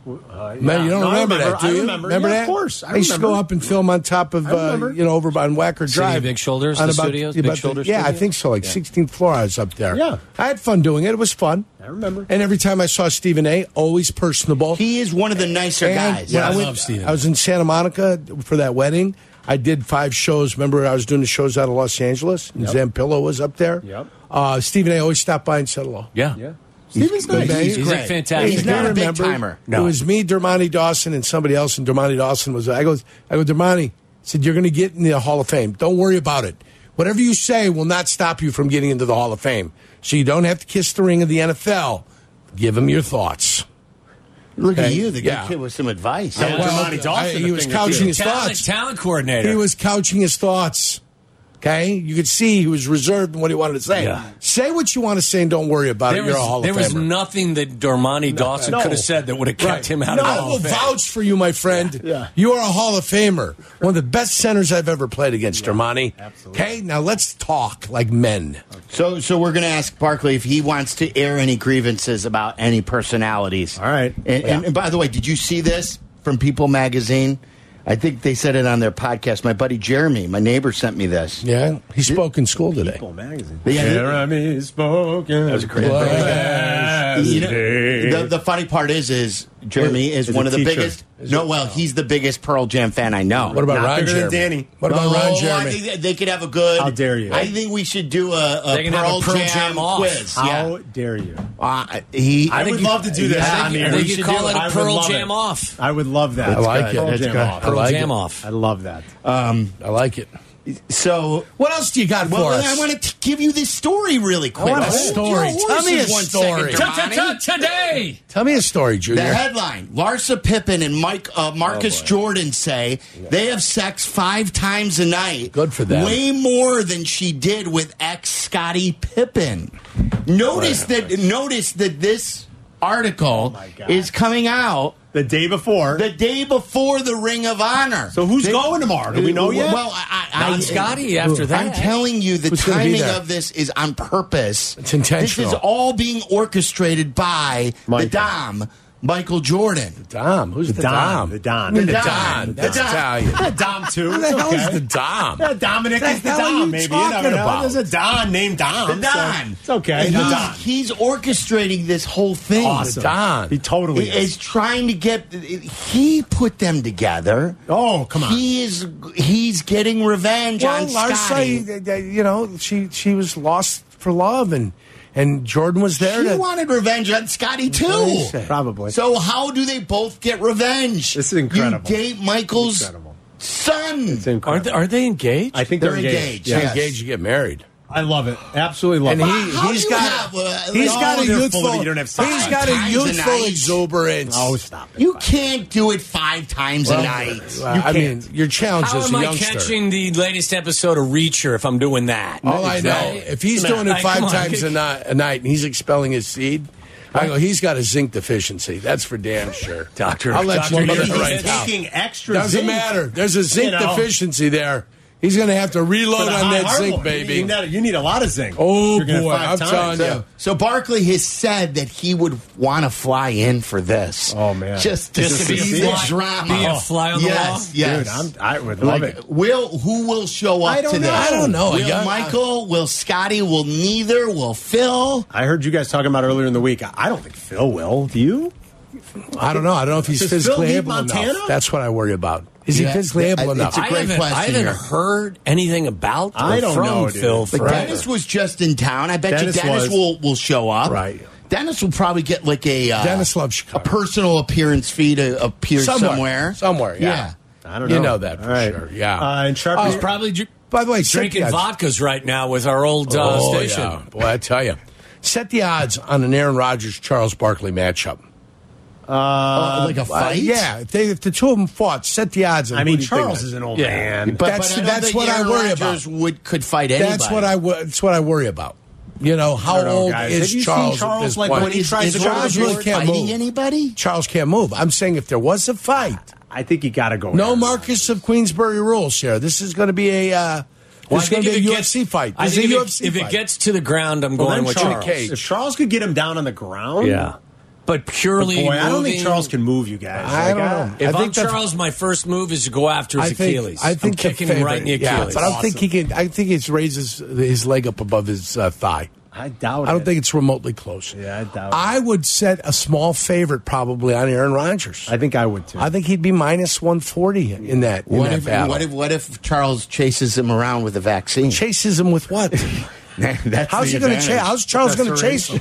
B: Uh, yeah.
G: Man, you don't
B: No, I
G: remember, that, do
B: I
G: you?
B: remember. yeah,
G: that?
B: Of course. I,
G: used to
B: remember.
G: go up and film on top of,
B: I
G: uh,
B: remember.
G: you know, over by Wacker Drive.
C: City of Big Shoulders,
G: On
C: the studios, Big Shoulders
G: Yeah, I
C: studio?
G: think so. Like 16th floor, I was up there.
B: Yeah.
G: I had fun doing it. It was fun.
B: I remember.
G: And every time I saw Stephen A., always personable.
D: he is one of the nicer
G: And
D: guys.
G: when
C: I
G: I, went,
C: love Stephen.
G: I was in Santa Monica for that wedding. I did five shows. Remember, I was doing the shows out of Los Angeles, and Zampillo was up there.
B: Yep.
G: Uh, Stephen A. always stopped by and said hello.
C: Yeah.
B: Yeah. Steven's nice.
G: He's-
C: he's
D: great.
C: a fantastic
D: He's not
C: guy.
D: a big timer.
C: No.
G: It was me, Dermonti Dawson, and somebody else. And Dermonti Dawson was. I go. I go. Dermonti said, "You're going to get in the Hall of Fame. Don't worry about it. Whatever you say will not stop you from getting into the Hall of Fame. So you don't have to kiss the ring of the NFL. Give them your thoughts.
D: Look at
G: Okay.
D: you, the good
G: Yeah.
D: kid with some advice.
B: Yeah.
D: Well,
B: Monty Dawson,
G: he
B: the
G: was
B: thing
G: couching his
C: Talent,
G: thoughts.
C: talent coordinator.
G: He was couching his thoughts. Okay, you could see he was reserved in what he wanted to say.
C: Yeah.
G: Say what you want to say and don't worry about
C: there
G: it. You're a Hall
C: was, there was
G: of Famer.
C: nothing that Dormani Dawson
B: no.
C: could have said that would have kept
G: Oh. Right.
C: him out
G: no,
C: of the
G: I
C: Hall
G: will
C: of Fame.
G: vouch for you, my friend.
B: Yeah.
G: You are a Hall of Famer. One of the best centers I've ever played against, Armani. Absolutely. Okay, now let's talk like men.
D: So, so we're going to ask Barkley if he wants to air any grievances about any personalities.
B: All right.
D: And, and, and by the way, did you see this from People Magazine? I think they said it on their podcast. My buddy Jeremy, my neighbor, sent me this.
G: Yeah, he spoke in school today.
B: magazine.
D: Yeah, he-
B: Jeremy spoken. That was a great
D: You know, the, the funny part is, is Jeremy is
B: Is
D: one
B: a
D: of the
B: teacher.
D: biggest. No, well, he's the biggest Pearl Jam fan I know.
G: What about
B: Not
G: Ron
B: bigger
G: Jeremy?
B: than Danny.
G: What about
D: Oh,
G: Ron
D: I
G: Jeremy?
D: think that they could have a good.
B: How dare you.
D: I think we should do a, a,
C: They can have
D: Pearl,
C: a Pearl
D: Jam,
C: Jam off.
D: quiz.
B: How
D: Yeah.
B: dare you?
D: Uh, he,
B: I, would love to do that
D: I
B: on
D: think-
B: the
D: I
B: air.
D: think
B: We
D: you
B: should
C: call
B: do
C: it
B: I would
C: Pearl
B: love
C: Jam Off.
B: I would love that.
G: I like it.
B: Pearl
G: That's
B: Jam
G: good.
B: off.
G: I like
C: Jam
G: it.
C: off.
B: I love that.
G: I like it.
D: So
G: What else do you got
D: Well,
G: for
D: then I
G: us?
D: want to give you this story really quick.
G: want a
D: Hold
G: story.
D: your
G: Tell me
D: horses
G: a
D: one
G: story.
D: second, Damani.
C: Today.
G: Tell me a story,
D: The
G: Junior. Oh,
D: headline: Larsa Pippen and Mike uh, Marcus Jordan say they have sex five times a night.
G: Good for them.
D: Way more than she did with ex Scottie Pippen. Notice that. Notice that this article
G: Oh
B: God.
D: is coming out
B: The day before.
D: the day before the Ring of Honor.
B: so who's going tomorrow? Do we know yet?
D: Well, I, I, I-
C: Don Scotty after that.
D: I'm telling you, the
G: Who's gonna be
D: timing
G: there?
D: of this is on purpose.
G: It's intentional.
D: This is all being orchestrated by
B: Michael.
D: the Dom, Michael Jordan.
G: Dom. Who's the,
B: Dom.
G: Dom?
B: The Don.
G: The,
D: The
G: Don.
D: Don.
G: That's
D: The Don.
G: Italian.
B: Yeah, Dom too.
G: Who the
B: It's
G: hell is
B: okay.
G: the Dom?
B: Yeah, Dominic
G: The
B: is the
G: hell are you
B: Dom, maybe. You never
G: talking
B: know.
G: about?
B: There's a Don named Dom.
D: The
B: so
D: Don.
B: it's okay.
D: And
B: The
D: he's,
B: Don.
D: he's orchestrating this whole thing.
B: Awesome.
G: Don.
B: He totally
D: He is trying to get. He put them together.
B: Oh, come on.
D: He is. He's getting revenge
G: Well,
D: on Scotty.
G: Larsa, you- you know, she she was lost for love, and and Jordan was there.
D: She
G: to,
D: wanted revenge on Scotty too.
G: Listen.
B: Probably.
D: So how do they both get revenge?
B: This is incredible.
D: You date Michael's
B: Incredible.
D: son.
C: Aren't they, are they engaged?
B: I think
D: They're
B: they're,
D: engaged,
B: Yeah.
D: yes.
G: engaged, you get married.
B: I love it. Absolutely love
G: And
B: it.
G: he,
D: How
G: he's
D: do you
G: got
D: have, uh,
G: he's
D: like,
G: got
B: oh,
G: a
B: they're full of
G: youthful
B: it, you don't have sex.
G: he's got a
D: Five times a
G: youthful
D: night.
G: exuberance.
B: oh, stop it.
D: you can't do it five times a
B: uh,
D: night.
G: Well, I mean, you're challenged
C: How
G: as
C: am
G: a
C: I
G: youngster.
C: catching the latest episode of Reacher if I'm doing that?
G: All I know,
C: Exactly.
G: if he's doing it
C: Like,
G: five
C: come on.
G: times a night, a night, and he's expelling his seed. I go. He's got a zinc deficiency. That's for damn sure,
C: Doctor-
G: I'll let
C: Doctor
G: you know
C: Yeager
G: that
C: is
G: right now.
B: taking extra
G: Doesn't
B: zinc.
G: matter. There's a zinc
B: know.
G: deficiency there. He's going to have to
B: For
G: reload
B: the
G: on
B: high
G: that
B: hard
G: zinc,
B: one.
G: baby.
B: You need, that- you need a lot of zinc.
G: Oh,
B: You're gonna
G: boy,
B: five
G: I'm
B: times.
G: telling you.
D: So Barkley has said that he would want to fly in for this.
B: Oh, man.
D: just to
C: Just to
D: see
C: be a
D: the
C: fly-
D: drama.
C: be a fly on the
D: yes,
C: wall?
D: Yes,
B: Dude, I'm, I would love
D: Like,
B: it.
D: will who will show up
B: I don't
D: to this?
B: know. I
G: don't know.
D: Will
G: Yeah, I-
D: Michael? will Scotty? Will neither? Will Phil?
B: I heard you guys talking about earlier in the week. I- I don't think Phil will. Do you?
G: I don't know. I don't know if he's
B: Does Phil
G: physically
B: need
G: able
B: Montana?
G: enough. That's what I worry about. Is
D: Yeah,
G: he physically
D: I-
G: able enough?
D: it's a
C: I
D: great
C: haven't,
D: question
C: I haven't
D: here.
C: heard anything about or
B: I don't
C: from
B: know, dude.
C: Phil
B: Like,
C: forever.
B: Right.
D: Dennis was just in town. I bet
B: Dennis
D: you Dennis
B: was.
D: will will show up.
G: Right.
D: Dennis will probably get like a uh,
G: Dennis loves
D: a
G: Chicago.
D: personal appearance fee to appear somewhere.
G: somewhere, somewhere, yeah.
B: I don't know.
G: You know that
B: All
G: for
B: right.
G: sure. Yeah.
B: Uh, and Sharpie's
C: He's probably dr-
G: By the way, set
C: drinking
G: the odds-
C: vodkas right now with our old uh,
G: Oh,
C: station.
G: yeah. Boy, I tell you, set the odds on an Aaron Rodgers Charles Barkley matchup.
D: Uh, like a
G: Uh,
D: fight.
G: yeah, if, they, if the two of them fought, set the odds. on
B: I
G: who
B: mean,
G: do you think
B: Charles
G: that-
B: is an old
C: Yeah.
B: man.
D: But,
G: That's-
D: but I don't
G: that's
D: think
G: what I
D: Aaron
G: worry
D: Rodgers
G: about.
D: Would could fight anybody.
G: That's what I. wo- That's what I worry about. You know how
B: don't know,
G: old
B: guys.
G: is
B: Have you seen
G: Charles? at
B: Charles,
G: this
B: like,
G: point?
B: when he
D: Is-
B: tries
D: is
B: to go
D: Charles
G: Charles
B: to the
G: really
B: court
G: can't
D: fighting
G: move.
D: anybody.
G: Charles can't move. I'm saying if there was a fight,
B: I think you got to go.
G: no
B: Aaron.
G: Marcus of Queensbury rules here. This is going to be a. Uh, this
C: Well, I
G: is going
C: think
G: to be a
C: if it
G: UFC
C: gets-
G: fight.
C: I
G: This is
C: think
G: a
C: if,
G: UFC
C: it, if it
G: fight.
C: gets to the ground, I'm
B: Well,
C: going
B: then
C: with
B: Charles.
C: Charles.
G: cage.
B: If Charles could get him down on the ground,
C: Yeah, but purely.
B: Boy, I don't think
C: moving-
B: Charles can move. You guys,
G: I
B: Like,
G: don't
B: ah.
G: know.
C: If
G: I
C: I
G: think
C: am
G: that's-
C: Charles, my first move is to go after his
G: I think,
C: Achilles.
G: I think
C: I'm kicking
G: the
C: him right in the
G: favorite- yeah,
C: Achilles.
G: but I don't think he can. I think he's raises his leg up above his uh, thigh.
B: I doubt.
G: I don't
B: it.
G: think it's remotely close.
B: Yeah, I doubt
G: I would set a small favorite probably on Aaron Rodgers.
B: I think I would too.
G: I think he'd be minus 140 in that, in
D: What
G: that
D: if,
G: battle.
D: what if what if Charles chases him around with a vaccine?
G: chases him with what?
D: That's
G: How's
D: the
G: he going to
D: advantage.
G: chase? How's Charles going to chase him?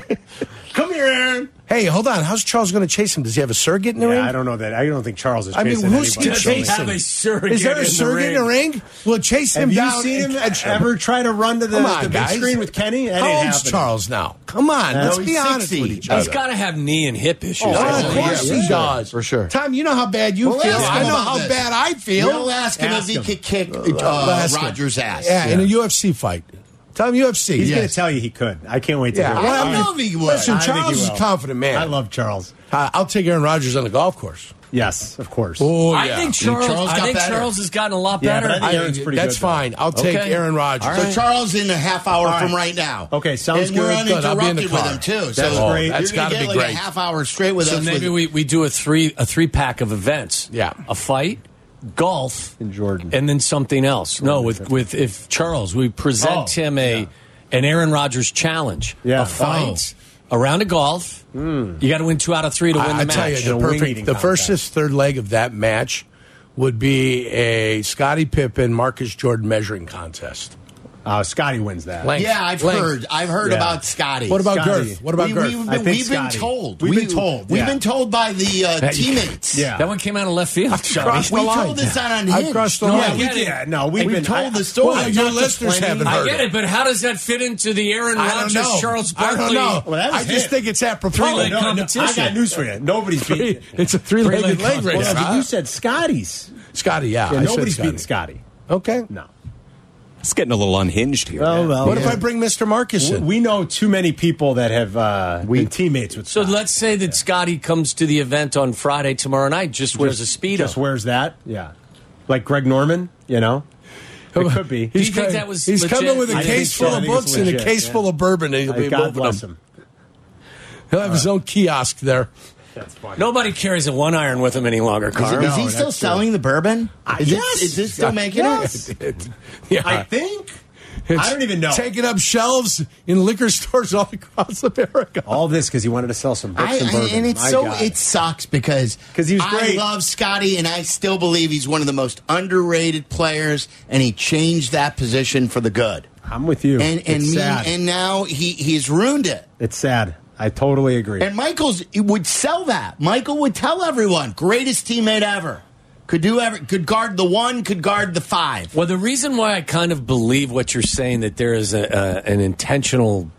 B: Come here, Aaron.
G: Hey, hold on. How's Charles going to chase him? Does he have a surrogate in the ring?
B: Yeah, I don't know that. I don't think Charles is
G: I mean,
B: chasing
G: who's
B: anybody.
G: going to
C: Does he
G: chase
C: have
G: him?
C: a surrogate
G: Is there
C: in
G: a
C: the
G: surrogate in the ring? We'll chase him
B: Have you
G: down.
B: seen
G: and
B: him
G: catch
B: ever try to run to the,
G: Come on,
B: the big
G: guys.
B: screen with Kenny? That
G: How
B: ain't
G: old's
B: happening.
G: Charles now? Come on,
B: Uh,
G: let's
B: he's
G: be honest
D: 60.
G: with each
C: He's
G: other.
C: got to have knee and hip issues.
G: Oh,
C: I
G: of
C: think.
G: course
D: yeah,
G: he
D: for sure,
G: does.
D: for sure.
G: Tom, you know how bad you
D: Well,
G: feel.
D: ask
G: I
D: him
G: know
D: about
G: how
D: this.
G: bad I feel.
D: We'll ask him
B: Ask
D: if he
B: him.
D: could kick uh,
G: Ask him.
D: Rogers' ass.
G: Yeah, in a UFC fight. Tom, UFC.
B: He's
G: yeah.
B: going to tell you he could. I can't wait to
G: Yeah,
B: hear.
G: well,
B: it.
G: I
B: All
D: know
B: right.
D: he would.
G: Listen,
B: I think he
G: Charles is
B: will.
G: a confident man.
B: I love Charles.
G: Uh, I'll take Aaron Rodgers on the golf course.
B: Yes, of course.
G: Oh,
C: I think Charles.
D: Charles
C: I
D: got
C: think
D: better.
C: Charles has gotten a lot
B: Yeah, but
C: better.
B: I think Aaron's pretty
G: that's
B: good, though.
G: fine. I'll take
C: Okay.
G: Aaron Rodgers.
D: So Charles in a half hour
B: All right.
D: from right now.
B: Okay, sounds
D: and we're
B: good.
G: Good, I'll be in the
D: uninterrupted with
G: car.
D: him too.
B: That's
D: so
B: great.
D: You're
G: That's
D: gonna
G: gotta
D: get
G: be
D: like
G: great.
D: A half hour straight with
C: so
D: us.
C: maybe
D: with-
C: we, we do a three a three pack of events.
G: Yeah.
C: a fight, golf,
B: And Jordan.
C: and then something else. No, with with if Charles, we present
B: Oh,
C: him a an Aaron Rodgers challenge.
B: Yeah. Oh. Hmm.
C: a fight, a round of golf. You got to win two out of three to win
G: I,
C: the
G: I
C: match.
G: tell you,
B: In a
G: the
B: wing eating
G: perfect, the
B: contest.
G: versus third leg of that match would be a Scottie Pippen Marcus Jordan measuring contest.
B: Uh, Scotty wins that.
G: Length.
D: yeah, I've
G: Length.
D: heard. I've heard
B: Yeah.
D: about Scotty.
G: What about
B: Scotty.
G: girth? What about
D: we,
G: girth?
D: We've,
B: I
D: been,
B: think
D: we've been
B: Scotty.
D: told.
B: We've
D: We-
B: been told,
D: We've
B: yeah.
D: been told by the uh,
C: That you-
D: teammates.
B: Yeah.
C: That one came out of left field. Charlie.
G: crossed
D: We
G: the line.
D: told this out on
G: I
D: Hinge.
G: crossed the
C: No,
G: line.
C: I get it.
B: Yeah, no, we've
D: We've
B: been
D: told
B: I-
D: the story.
G: Well, your
D: Not
G: listeners
D: complaining.
G: haven't
C: I
G: heard
C: get it, but how does that fit into the Aaron
G: I don't
C: Rodgers,
G: know.
C: Charles
G: I
C: Barkley?
G: don't know.
B: Well, that was
G: I just
B: hit.
G: think it's that
C: Three-leg
G: proportion.
B: No, no, I got
C: competition.
B: news for you. Nobody's beating.
G: It's a three-legged
C: Three-legged
G: leg
C: contest.
G: race.
B: Well,
G: huh?
B: you said Scotty's.
G: Scotty, yeah.
B: Yeah,
G: I said
B: nobody's
G: Scotty. Oh.
B: beating Scotty.
G: Okay.
B: No.
H: It's getting a little unhinged here.
B: Oh well.
G: What if I bring Mr. Marcus in?
B: We know too many people that have uh, been teammates with.
C: So
B: Scotty.
C: let's say that Scotty comes to the event on Friday tomorrow night, just wears a speedo.
B: Just wears that. Yeah. Like Greg Norman, you know. It could be.
C: Do you think
G: co-
C: that was
G: He's
C: legit?
G: coming with a
C: I
B: think
G: case
B: so.
G: full
B: I
G: of
B: think it's
G: books and a
B: legit,
G: case
B: yeah.
G: full of bourbon, and he'll
B: Hey,
G: be
B: God
G: moving
B: bless
G: them.
B: him.
G: He'll have his own kiosk there.
C: Nobody carries a one iron with him any longer,
D: Is,
C: Carm.
D: is he still selling the bourbon? Is
B: yes.
D: It, is this still making
B: Yes.
D: it?
G: Yeah.
B: I think.
G: It's
B: I don't even know.
G: Taking up shelves in liquor stores all across America.
B: All this because he wanted to sell some books
D: I,
B: and
D: I,
B: bourbon.
D: and it's
B: My
D: so
B: God.
D: it sucks because
B: 'Cause he was
D: I
B: great.
D: love Scotty and I still believe he's one of the most underrated players and he changed that position for the good.
B: I'm with you.
D: And and
B: it's
D: me,
B: sad.
D: and now he he's ruined it.
B: it's sad. I totally agree.
D: And Michael's he would sell that. Michael would tell everyone, greatest teammate ever. Could do ever could guard the one, could guard the five.
C: Well, the reason why I kind of believe what you're saying that there is a, uh, an intentional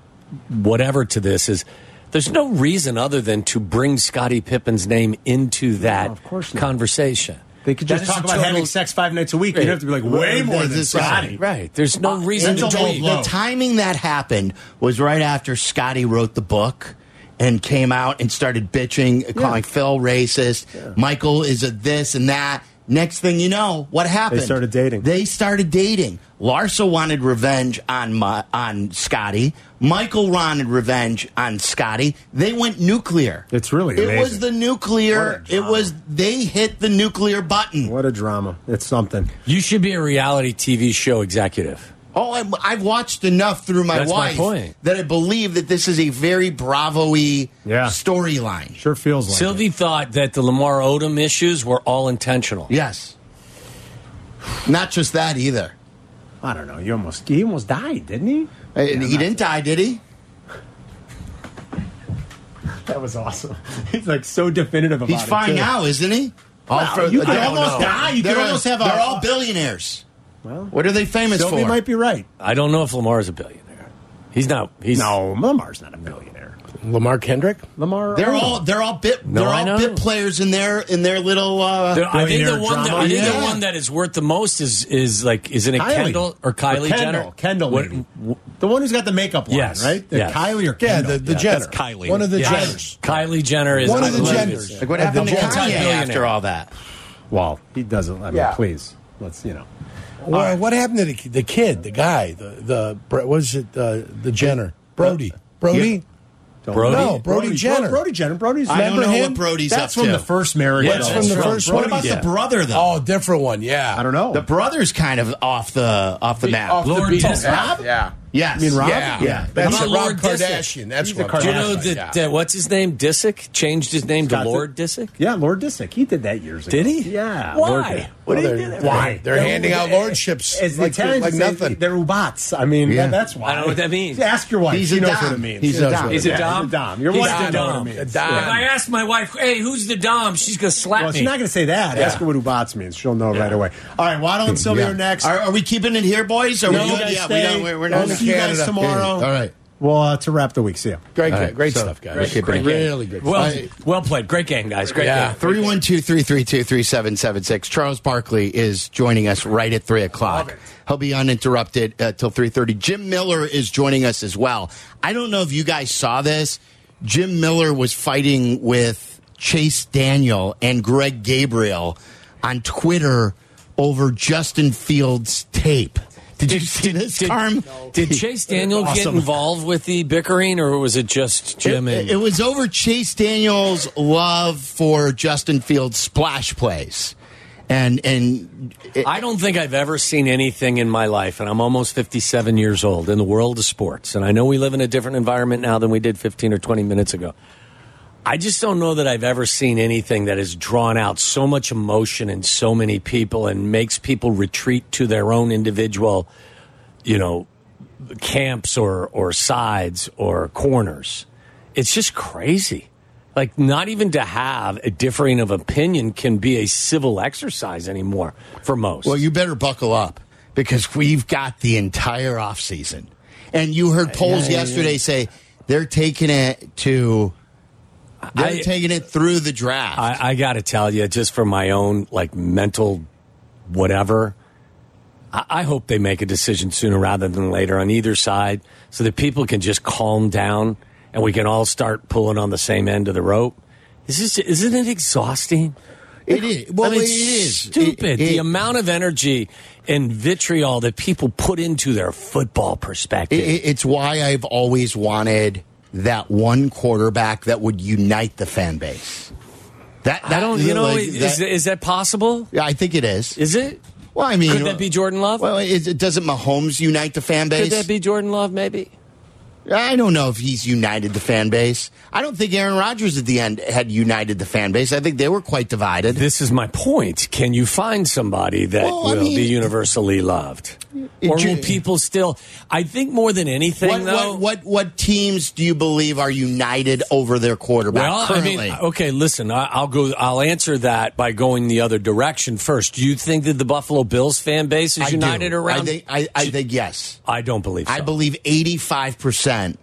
C: whatever to this is there's no reason other than to bring Scottie Pippen's name into that
B: of course not.
C: conversation.
B: they could just
C: That is
B: talk
C: a
B: about
C: total-
B: having sex five nights a week. You'd have to be like way more than
D: This-
B: Scotty.
C: Right. There's no reason
D: And
C: to
D: the,
C: do
D: whole-
C: it.
D: the timing that happened was right after Scotty wrote the book and came out and started bitching, calling Phil racist. Michael is a this and that. Next thing you know, what happened?
B: started dating.
D: They started dating. Larsa wanted revenge on my, on Scotty. Michael wanted revenge on Scotty. They went nuclear.
B: It's really
D: it was
B: amazing.
D: the nuclear.
B: What a
D: It
B: drama.
D: was they hit the nuclear button.
B: What a drama. It's something.
C: You should be a reality TV show executive.
D: Oh, I'm, I've watched enough through my
C: That's my
D: wife
C: point.
D: that I believe that this is a very Bravo-y
B: Yeah.
D: storyline.
B: Sure feels like it.
C: Sylvie thought that the Lamar Odom issues were all intentional.
D: Yes. Not just that either.
B: I don't know. You almost he almost died, didn't he?
D: Uh, he didn't die, did he?
B: That was awesome. He's like so definitive about
D: He's
B: it.
D: fine
B: too.
D: now, isn't he? All
B: Well, you could almost die. You
D: They
B: could almost
D: almost have.
B: have
D: They're
B: a-
D: all billionaires. what are they famous
B: Sylvie
D: for?
B: might be right.
C: I don't know if Lamar's a billionaire. He's not. He's
B: No, Oh, Lamar's not a millionaire.
G: Lamar Kendrick?
B: Lamar.
D: they're
B: Odom.
D: all. They're all bit.
C: No,
D: they're
C: I
D: all
C: know.
D: bit players in their in their little. Uh,
C: There- I think the
B: Billionaire
C: one that
B: drama.
C: I think
D: Yeah.
C: the one that is worth the most is is like isn't it
B: Kylie.
C: Kendall or Kylie
B: Kendall,
C: Jenner?
B: Kendall,
C: What-
B: maybe. the one who's got the makeup line,
C: Yes,
B: right? The
C: yes.
B: Kylie or
G: Yeah,
B: Kendall.
G: the, the Jenner.
H: that's Kylie.
G: One of the
C: Yeah.
G: Jenners.
C: Kylie Jenner is
G: One
C: I
G: of the
C: believe
G: genders.
C: it's-
D: like what happened to
G: Jen-
D: Kanye after
C: Anti-billionaire.
D: all that?
B: Well, he doesn't. I mean,
G: Yeah.
B: please, let's you know.
G: Well, What happened to the, ki- the kid, the guy, the, the Bre- what is it, uh, the Jenner? Brody. Brody?
B: Don't-
C: Brody?
G: No, Oh, Brody Jenner.
B: Brody Jenner. Brody's.
D: I don't
B: remember
D: know
B: him?
D: what Brody's
B: That's
D: up
B: from
D: to.
B: the first marriage.
G: That's
B: though.
G: from the first
B: Brody.
G: one.
D: What about
G: Yeah.
D: the brother though?
G: Oh, different one, yeah.
B: I don't know.
D: The brother's kind of off the off the map.
G: Off the
C: Lord
G: beat.
C: Tesla.
G: Yeah.
D: Yes.
B: I mean, Rob?
G: Yeah,
D: Yeah.
G: That's
C: How
G: Rob
C: about Lord
G: Kardashian.
C: Disick?
G: That's
B: He's a
G: what. I'm
C: Do you
G: talking
C: know
G: about,
C: that,
G: yeah.
C: that what's his name Disick changed his name
B: Scott
C: to
B: Disick.
C: Lord Disick?
B: Yeah, Lord Disick. He did that years ago.
C: Did he?
B: Yeah.
C: Why?
B: What
G: Well,
B: did he
G: they're-
B: do? Why?
G: they're handing out lordships
B: As the
G: like-
B: Italians
G: like
B: say,
G: nothing.
B: They're robots. I mean,
D: Yeah.
B: that- that's why.
C: I don't know what that means.
B: Ask your wife.
D: He's
B: she
D: a
B: knows
D: dom.
B: what it means.
D: He's a
B: She knows
D: dom.
B: what it
D: He's
C: a
B: means.
C: dom.
B: He's a dom. Your
C: He's
B: wife
C: a
B: doesn't know what it
C: dom.
B: means.
G: A
C: If I
G: dime.
C: ask my wife, "Hey, who's the dom?" She's gonna slap
B: Well,
C: me.
B: she's not going to say that.
G: Yeah.
B: Ask her what Ubats means. She'll know right away. All right, Waddle and Sylvia
D: Yeah.
B: are next.
D: Are, are we keeping it here, boys? Are
B: No, you
D: we good?
B: guys
D: yeah,
B: stay.
D: we don't, we're, we're not
B: I'll see you guys
G: Canada.
B: tomorrow.
D: uh, All right.
B: Well, uh, to wrap the week, see ya.
G: Great,
D: All
G: great,
D: right, so-
G: stuff, guys.
D: Great, great game.
G: really great.
C: well,
D: I-
C: well played. Great game, guys. Great
G: Yeah.
C: game.
D: 312 332 3776. Charles Barkley is joining us right at 3 o'clock. He'll be uninterrupted uh, till 3.30. Jim Miller is joining us as well. I don't know if you guys saw this. Jim Miller was fighting with Chase Daniel and Greg Gabriel on Twitter over Justin Fields' tape. Did you see this,
C: did-
D: Carm?
C: Did Chase Daniel get
D: Awesome.
C: involved with the bickering, or was it just Jim
D: It-
C: and
D: It, was over Chase Daniels' love for Justin Fields' splash plays. And and
C: I don't think I've ever seen anything in my life, and I'm almost 57 years old in the world of sports. And I know we live in a different environment now than we did 15 or 20 minutes ago. I just don't know that I've ever seen anything that has drawn out so much emotion in so many people and makes people retreat to their own individual, you know, camps or, or sides or corners. It's just crazy. Like, not even to have a differing of opinion can be a civil exercise anymore for most.
D: Well, you better buckle up because we've got the entire offseason. And you
C: Uh,
D: heard polls yesterday say they're taking it to they're
C: I-
D: taking it through the draft.
C: I, I got to tell you, just for my own like mental whatever, I, I hope they make a decision sooner rather than later on either side, so that people can just calm down and we can all start pulling on the same end of the rope. This is isn't it exhausting?
D: it is well
C: I mean,
D: it is
C: stupid.
D: It-
C: the
D: it-
C: amount of energy and vitriol that people put into their football perspective.
D: It, it- it's why I've always wanted that one quarterback that would unite the fan base. That, that
C: I don't, you know,
D: like,
C: is is
D: that-
C: that possible?
D: Yeah, I think it is.
C: Is it?
D: Well, I mean,
C: Could that be Jordan Love?
D: Well, is, it- doesn't Mahomes unite the fan base?
C: Could that be Jordan Love? Maybe.
D: I don't know if he's united the fan base. I don't think Aaron Rodgers at the end had united the fan base. I think they were quite divided.
C: This is my point. Can you find somebody that
D: Well, I
C: will
D: mean-
C: be universally loved?
D: It
C: or
D: ju-
C: will people still? I think more than anything,
D: what,
C: though.
D: what what what teams do you believe are united over their quarterback
C: well, I
D: currently?
C: mean, uh, okay, listen, I, I'll go. I'll answer that by going the other direction first. Do you think that the Buffalo Bills fan base is
D: I do.
C: united around?
D: I think, I, I think yes.
C: I don't believe. So.
D: I believe eighty five percent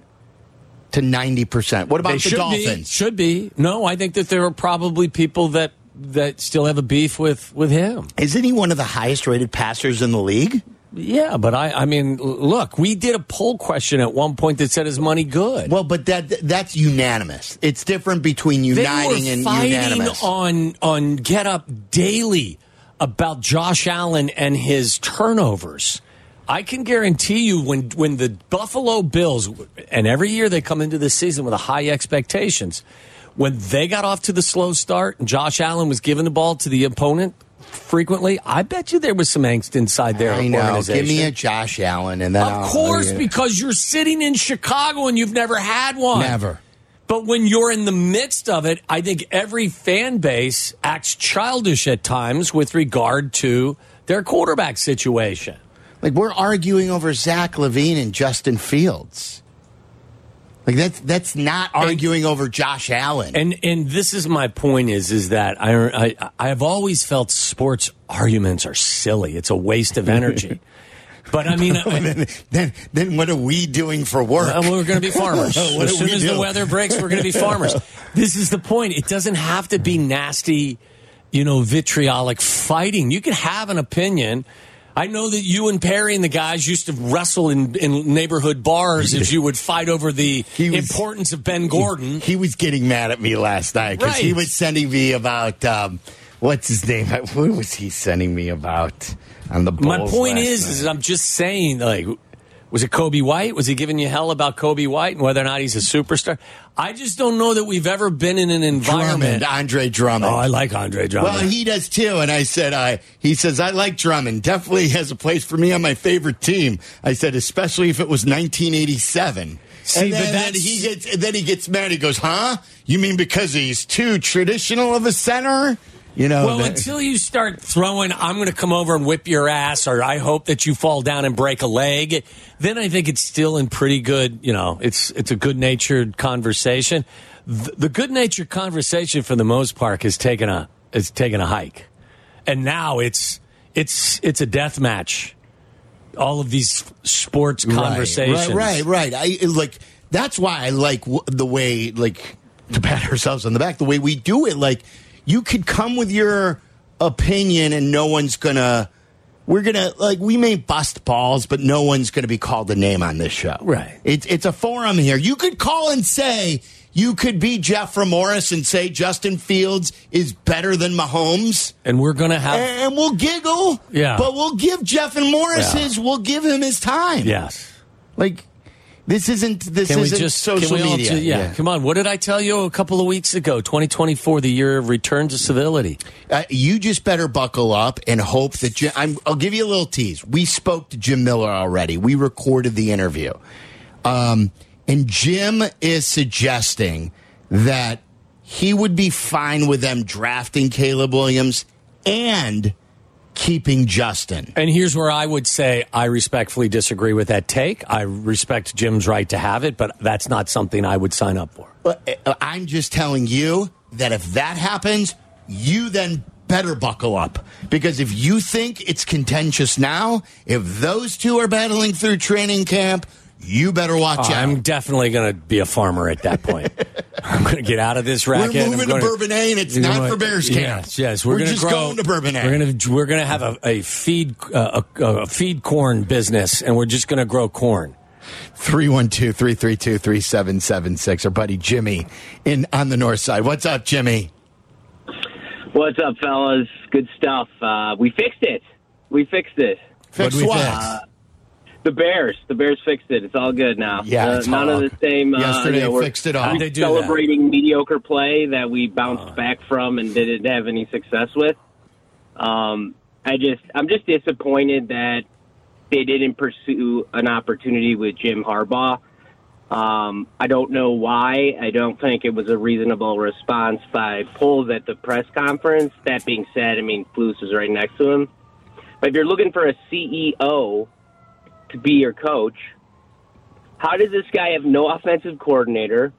D: to ninety percent. What about
C: They
D: the
C: should be.
D: Dolphins?
C: Should be. No, I think that there are probably people that that still have a beef with with him.
D: Isn't he one of the highest rated passers in the league?
C: Yeah, but I. I mean, l- look, we did a poll question at one point that said, "Is money good?"
D: Well, but that that's unanimous. It's different between
C: They
D: uniting
C: were
D: and
C: fighting
D: unanimous.
C: on on Get Up Daily about Josh Allen and his turnovers. I can guarantee you when when the Buffalo Bills and every year they come into this season with a high expectations, when they got off to the slow start and Josh Allen was giving the ball to the opponent frequently, I bet you there was some angst inside their
D: I know.
C: organization.
D: Give me a Josh Allen, and then
C: of
D: I'll-
C: course,
D: yeah.
C: because you're sitting in Chicago and you've never had one.
D: never.
C: But when you're in the midst of it, I think every fan base acts childish at times with regard to their quarterback situation.
D: Like we're arguing over Zach Levine and Justin Fields. Like that's that's not arguing over Josh Allen.
C: And and this is my point is is that I I I have always felt sports arguments are silly. It's a waste of energy. but I mean, I-
D: then then what are we doing for work?
C: Uh, we're going to be farmers.
D: What do
C: as soon
D: we
C: as
D: do?
C: the weather breaks, we're going to be farmers. this is the point. It doesn't have to be nasty, you know, vitriolic fighting. You can have an opinion. I know that you and Perry and the guys used to wrestle in, in neighborhood bars as you would fight over the
D: He was-
C: importance of Ben Gordon.
D: He was getting mad at me last night because he
C: Right.
D: was sending me about um, what's his name? What was he sending me about on the?
C: My
D: Bulls
C: point
D: last
C: is,
D: night?
C: is I'm just saying, like, Was it Kobe White? Was he giving you hell about Kobe White and whether or not he's a superstar? I just don't know that we've ever been in an environment.
D: Drummond, Andre Drummond.
C: Oh, I like Andre Drummond.
D: Well, he does too. And I said, I, he says, I like Drummond. Definitely has a place for me on my favorite team. I said, especially if it was 1987.
C: See,
D: and
C: but
D: then,
C: that's-
D: then he gets and then he gets mad. He goes, "Huh? You mean because he's too traditional of a center? You know,
C: Well,
D: that-
C: until you start throwing, I'm going to come over and whip your ass, or I hope that you fall down and break a leg. Then I think it's still in pretty good. You know, it's it's a good natured conversation. The, the good natured conversation, for the most part, has taken a has taken a hike, and now it's it's it's a death match. All of these sports conversations,
D: Right, right, right. I like that's why I like w- the way like to pat ourselves on the back, the way we do it. Like you could come with your opinion, and no one's gonna. We're gonna like we may bust balls, but no one's gonna be called a name on this show.
C: Right.
D: It's it's a forum here. You could call and say. You could be Jeff Morris and say Justin Fields is better than Mahomes
C: And we're going to have
D: and and we'll giggle.
C: Yeah.
D: But we'll give Jeff and Morris
C: Yeah.
D: his. We'll give him his time.
C: yes.
D: Like this isn't this
C: Can we
D: isn't
C: just
D: social
C: can we all
D: media.
C: ju- yeah,
D: Yeah.
C: come on. What did I tell you a couple of weeks ago? 2024, the year of return to civility.
D: Uh, you just better buckle up and hope that Jim. I'm, I'll give you a little tease. We spoke to Jim Miller already. We recorded the interview, um, and Jim is suggesting that he would be fine with them drafting Caleb Williams and keeping Justin.
C: And here's where I would say I respectfully disagree with that take. I respect Jim's right to have it, but that's not something I would sign up for.
D: But, uh, I'm just telling you that if that happens, you then better buckle up because if you think it's contentious now, if those two are battling through training camp, you better watch out.
C: I'm definitely going to be a farmer at that point. I'm going to get out of this racket. I'm
D: moving to
C: gonna-
D: Bourbonnais, and it's
C: You know
D: not
C: what?
D: for Bears camp.
C: Yes, yes, we're,
D: We're
C: gonna
D: just
C: grow-
D: going to Bourbonnais.
C: We're going to we're going to have a, a feed uh, a, a feed corn business, and we're just going to grow corn.
D: 312 332 3776. Our buddy Jimmy in on the north side. What's up, Jimmy?
I: What's up, fellas? Good stuff. Uh, we fixed it. We fixed it.
D: Fix
C: What'd we
D: what? Uh,
C: fix?
I: The Bears. The Bears fixed it. It's all good now.
D: Yeah,
I: Uh,
D: it's
I: none
D: all-
I: of the same. Uh,
D: Yesterday
I: you know, we're
D: fixed it all.
C: How'd they do that? Uh.
I: celebrating mediocre play that we bounced back from and didn't have any success with. Um, I just, I'm just disappointed that they didn't pursue an opportunity with Jim Harbaugh. Um, I don't know why. I don't think it was a reasonable response by polls at the press conference. That being said, I mean, Flus is right next to him. But if you're looking for a CEO to be your coach, how does this guy have no offensive coordinator,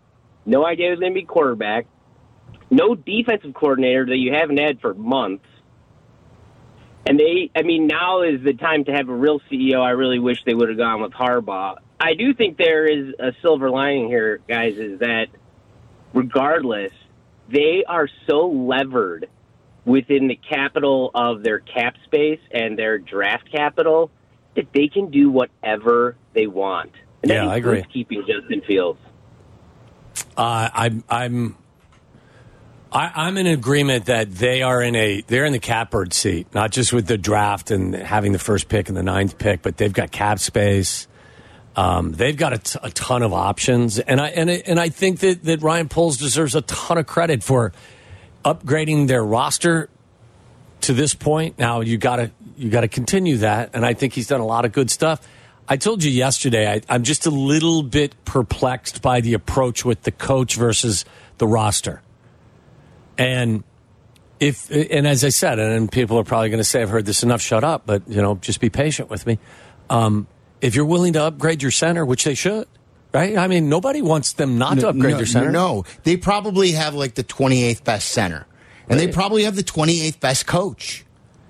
I: no idea who's going to be quarterback, no defensive coordinator that you haven't had for months? And they, I mean, now is the time to have a real CEO. I really wish they would have gone with Harbaugh. I do think there is a silver lining here, guys, is that regardless, they are so levered within the capital of their cap space and their draft capital that they can do whatever they want. And
C: Yeah,
I: that
C: I agree.
I: includes Keeping Justin Fields.
C: Uh, I'm I'm I, I'm in agreement that they are in a they're in the catbird seat, not just with the draft and having the first pick and the ninth pick, but they've got cap space. Um, they've got a, t- a ton of options, and I and I, and I think that that Ryan Poles deserves a ton of credit for upgrading their roster to this point. Now you got to you got to continue that, and I think he's done a lot of good stuff. I told you yesterday, I, I'm just a little bit perplexed by the approach with the coach versus the roster, and if and as I said, and people are probably going to say I've heard this enough. Shut up, but you know, just be patient with me. Um, if you're willing to upgrade your center, which they should, right? I mean, nobody wants them not to upgrade
D: no,
C: their center.
D: No, they probably have like the 28th best center, and they probably have the 28th best coach.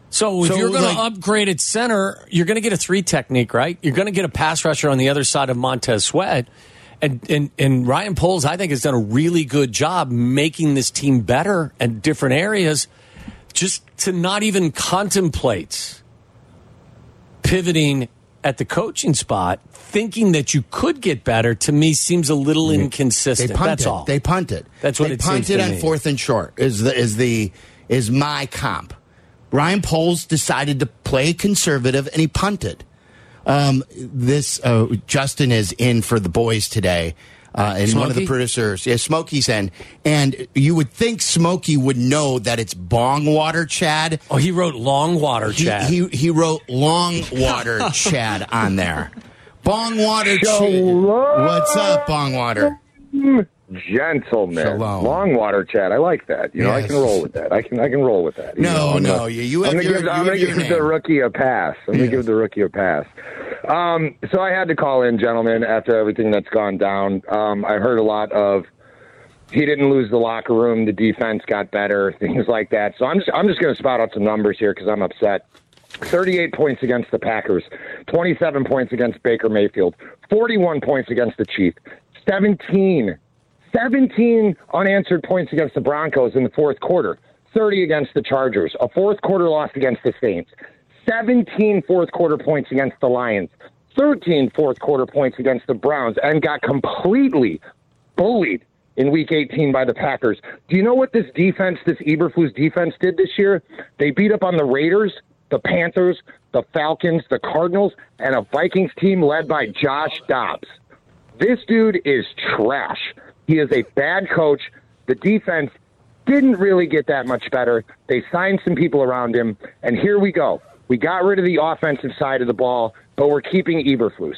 C: So if
D: So,
C: you're going
D: like-
C: to upgrade at center, you're going to get a three technique, right? You're going to get a pass rusher on the other side of Montez Sweat. And, and, and Ryan Poles, I think, has done a really good job making this team better in different areas just to not even contemplate pivoting at the coaching spot, thinking that you could get better, to me seems a little
D: They
C: inconsistent.
D: punted.
C: That's all.
D: They punted.
C: That's what
D: they
C: it seems
D: punted
C: to
D: on
C: me.
D: fourth and short. Is the is the is my comp? Ryan Poles decided to play conservative and he punted. Um, this uh, Justin is in for the boys today, uh, and one of the
C: Smokey?
D: producers, yeah, Smokey's in, and you would think Smokey would know that it's bong water, Chad.
C: Oh, he wrote long water,
D: He-
C: Chad.
D: He, he wrote long water, Chad, on there. Bong water, Chad.
I: Shalom.
D: What's up, bong water?
I: Gentlemen,
D: Shalom.
I: long water chat. I like that. You know, I
D: Yes.
I: can roll with that. I can, I can roll with that. You
D: No,
I: know, I'm
D: no,
I: gonna-
D: you- you
I: I'm
D: have
I: gonna
D: your-
I: give,
D: you
I: I'm
D: have
I: gonna
D: your
I: give
D: name.
I: the rookie a pass. I'm gonna give the rookie a pass. Um, so I had to call in, gentlemen, after everything that's gone down. Um, I heard a lot of he didn't lose the locker room. The defense got better, things like that. So I'm just I'm just going to spout out some numbers here because I'm upset. 38 points against the Packers, 27 points against Baker Mayfield, 41 points against the Chiefs, 17 17 unanswered points against the Broncos in the fourth quarter, 30 against the Chargers, a fourth quarter loss against the Saints, 17 fourth quarter points against the Lions, 13 fourth quarter points against the Browns, and got completely bullied in week 18 by the Packers. Do you know what this defense, this Eberflus defense did this year? They beat up on the Raiders, the Panthers, the Falcons, the Cardinals, and a Vikings team led by Josh Dobbs. This dude is trash. He is a bad coach. The defense didn't really get that much better. They signed some people around him, and here we go. We got rid of the offensive side of the ball, but we're keeping Eberflus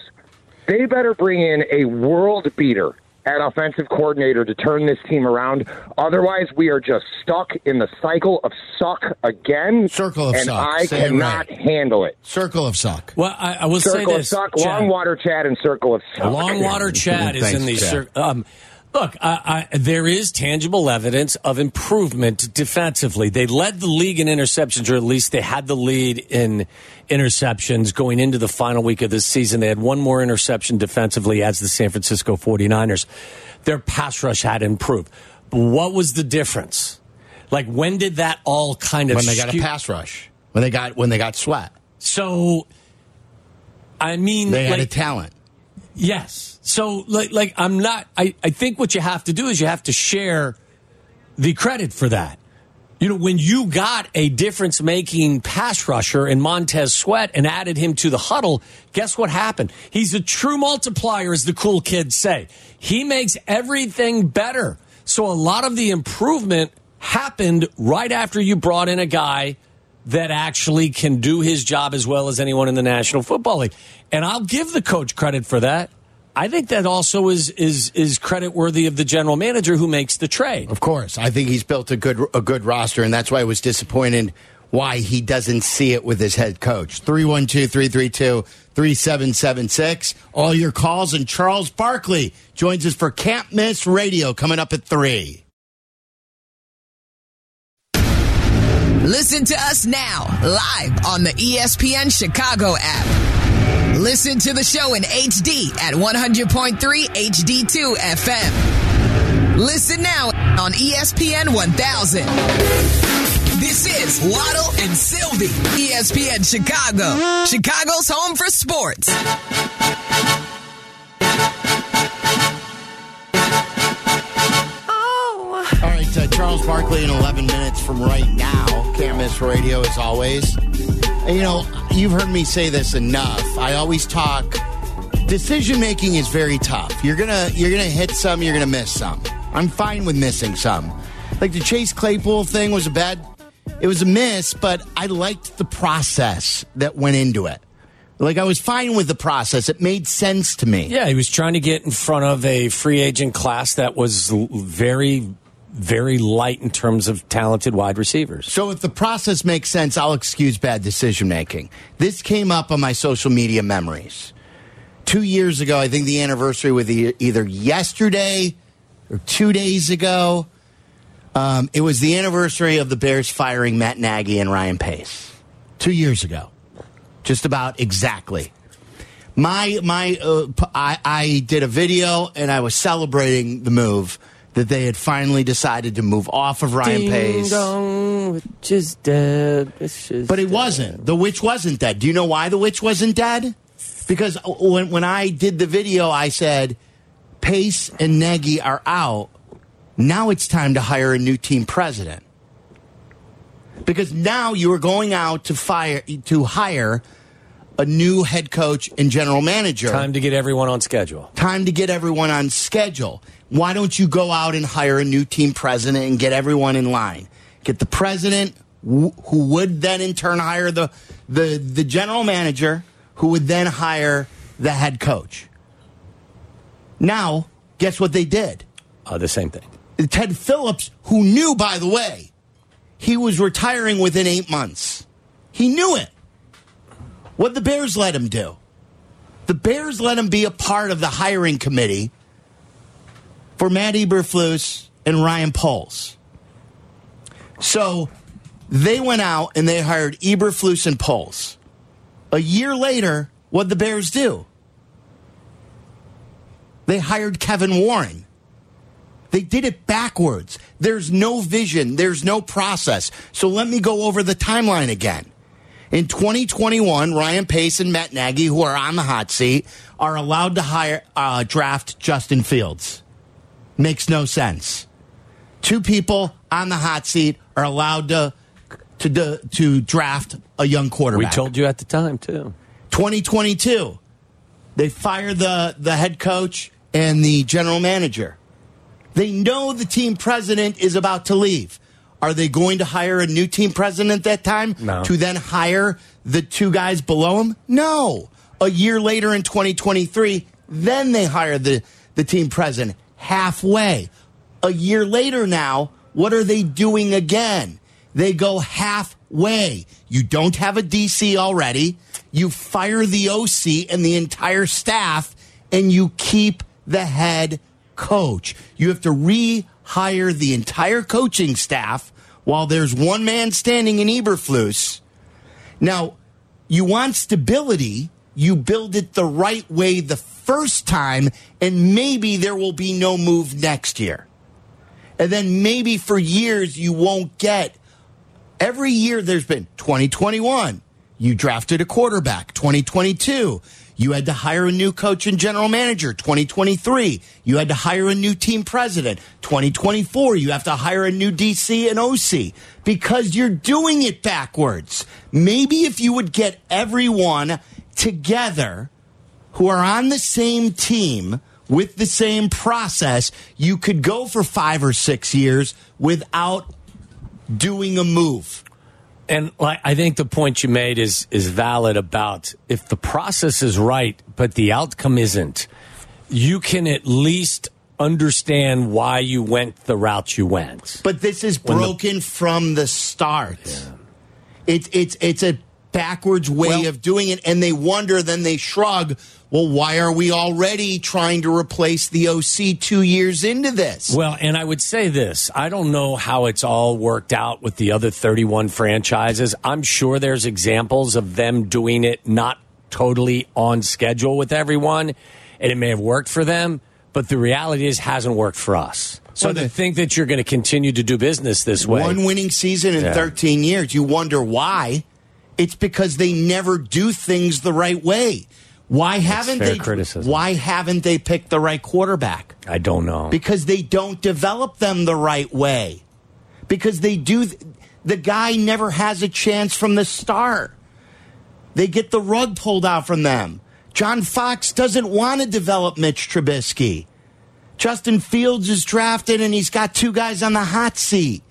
I: they better bring in a world beater at offensive coordinator to turn this team around. Otherwise, we are just stuck in the cycle of suck again.
D: Circle of
I: and
D: suck.
I: I
D: Say it
I: cannot
D: right.
I: handle it.
D: Circle of suck.
C: well, I, I will
I: Circle
C: say
I: of
C: this.
I: suck,
C: Chad.
I: long water chat, and circle of suck.
C: Long water Chad is
D: Thanks,
C: in the
D: Chad.
C: cir- um, look. I, I, there is tangible evidence of improvement defensively. They led the league in interceptions, or at least they had the lead in interceptions going into the final week of this season. They had one more interception defensively as the San Francisco 49ers. Their pass rush had improved. But what was the difference? Like when did that all kind of
D: When they got a
C: skew-
D: pass rush, when they got when they got sweat,
C: So, I mean,
D: they had
C: like,
D: a talent.
C: Yes. So like like I'm not I, I think what you have to do is you have to share the credit for that. You know, when you got a difference making pass rusher in Montez Sweat and added him to the huddle, guess what happened? He's a true multiplier, as the cool kids say. He makes everything better. So a lot of the improvement happened right after you brought in a guy that actually can do his job as well as anyone in the National Football League. And I'll give the coach credit for that. I think that also is is is credit worthy of the general manager who makes the trade.
D: Of course, I think he's built a good a good roster, and that's why I was disappointed why he doesn't see it with his head coach. 312-332-3776. All your calls and Charles Barkley joins us for Camp Miss Radio coming up at 3.
A: Listen to us now, live on the E ESPN Chicago app. Listen to the show in HD at 100.3 HD2 FM. Listen now on E ESPN 1000. This is Waddle and Sylvie, E ESPN Chicago, Chicago's home for sports.
D: All right, uh, Charles Barkley in 11 minutes from right now. Camus Radio, as always. And, you know, you've heard me say this enough. I always talk. Decision making is very tough. You're gonna you're gonna hit some. You're gonna miss some. I'm fine with missing some. Like the Chase Claypool thing was a bad. It was a miss, but I liked the process that went into it. Like I was fine with the process. It made sense to me.
C: Yeah, he was trying to get in front of a free agent class that was l- very very light in terms of talented wide receivers.
D: So if the process makes sense, I'll excuse bad decision making. This came up on my social media memories. Two years ago, I think the anniversary was e- either yesterday or two days ago. Um, it was the anniversary of the Bears firing Matt Nagy and Ryan Pace. Two years ago, just about exactly. My my, uh, p- I, I did a video and I was celebrating the move that they had finally decided to move off of Ryan Pace.
C: Just dead.
D: But it wasn't. The witch wasn't dead. Do you know why the witch wasn't dead? Because when, when I did the video, I said, Pace and Nagy are out. Now it's time to hire a new team president. Because now you are going out to fire to hire a new head coach and general manager.
C: Time to get everyone on schedule.
D: Time to get everyone on schedule. Why don't you go out and hire a new team president and get everyone in line? Get the president, wh- who would then in turn hire the, the, the general manager, who would then hire the head coach. Now, guess what they did?
C: Uh, the same thing.
D: Ted Phillips, who knew, by the way, he was retiring within eight months. He knew it. What the Bears let him do? The Bears let him be a part of the hiring committee for Matt Eberflus and Ryan Poles. So they went out and they hired Eberflus and Poles. A year later, what the Bears do? They hired Kevin Warren. They did it backwards. There's no vision, there's no process. So let me go over the timeline again. In 2021, Ryan Pace and Matt Nagy, who are on the hot seat, are allowed to hire uh, draft Justin Fields. Makes no sense. Two people on the hot seat are allowed to to to, to draft a young
C: We
D: quarterback.
C: told you at the time too.
D: 2022, they fire the the head coach and the general manager. They know the team president is about to leave. Are they going to hire a new team president that time
C: No.
D: to then hire the two guys below him? No. A year later in 2023, then they hire the, the team president halfway. A year later now, what are they doing again? They go halfway. You don't have a DC already. You fire the OC and the entire staff, and you keep the head coach. You have to rehire the entire coaching staff while there's one man standing in Eberflus. Now, you want stability, you build it the right way the first time, and maybe there will be no move next year. And then maybe for years you won't get. Every year there's been 2021, you drafted a quarterback. 2022, you had to hire a new coach and general manager. 2023, you had to hire a new team president. 2024, you have to hire a new DC and OC because you're doing it backwards. Maybe if you would get everyone together who are on the same team with the same process, you could go for five or six years without doing a move.
C: And like, I think the point you made is is valid about if the process is right, but the outcome isn't, you can at least understand why you went the route you went.
D: But this is
C: When the-
D: broken from the start. It's it's it's a backwards way of doing it, and they wonder, then they shrug. Well, why are we already trying to replace the OC two years into this?
C: Well, and I would say this I don't know how it's all worked out with the other 31 franchises. I'm sure there's examples of them doing it not totally on schedule with everyone, and it may have worked for them, but the reality is, hasn't worked for us. So
D: Well,
C: to
D: the-
C: think that you're going to continue to do business this way.
D: One winning season in
C: Yeah.
D: 13 years. You wonder why. It's because they never do things the right way. Why haven't
C: fair
D: they?
C: criticism.
D: Why haven't they picked the right quarterback?
C: I don't know.
D: Because they don't develop them the right way. Because they do. The guy never has a chance from the start. They get the rug pulled out from them. John Fox doesn't want to develop Mitch Trubisky. Justin Fields is drafted and he's got two guys on the hot seat.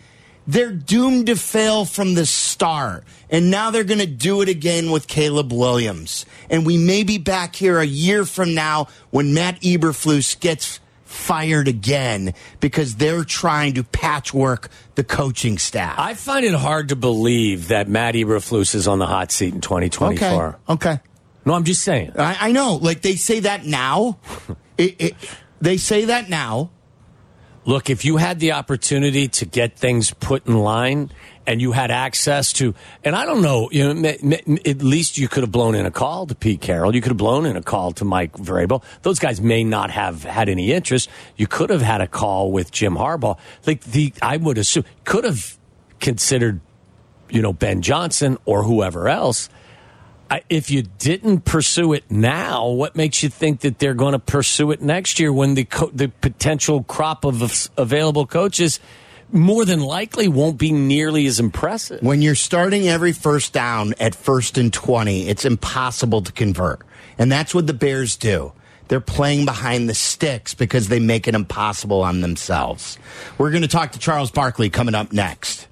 D: They're doomed to fail from the start. And now they're going to do it again with Caleb Williams. And we may be back here a year from now when Matt Eberflus gets fired again because they're trying to patchwork the coaching staff.
C: I find it hard to believe that Matt Eberflus is on the hot seat in 2024.
D: Okay. Okay.
C: No, I'm just saying.
D: I, I know. Like they say that now. It- it- they say that now.
C: Look, if you had the opportunity to get things put in line and you had access to, and I don't know, you know, ma- ma- at least you could have blown in a call to Pete Carroll. You could have blown in a call to Mike Vrabel. Those guys may not have had any interest. You could have had a call with Jim Harbaugh. Like the, I would assume, could have considered, you know, Ben Johnson or whoever else. I, if you didn't pursue it now, what makes you think that they're going to pursue it next year when the co- the potential crop of av- available coaches more than likely won't be nearly as impressive.
D: When you're starting every first down at first and 20, it's impossible to convert. And that's what the Bears do. They're playing behind the sticks because they make it impossible on themselves. We're going to talk to Charles Barkley coming up next.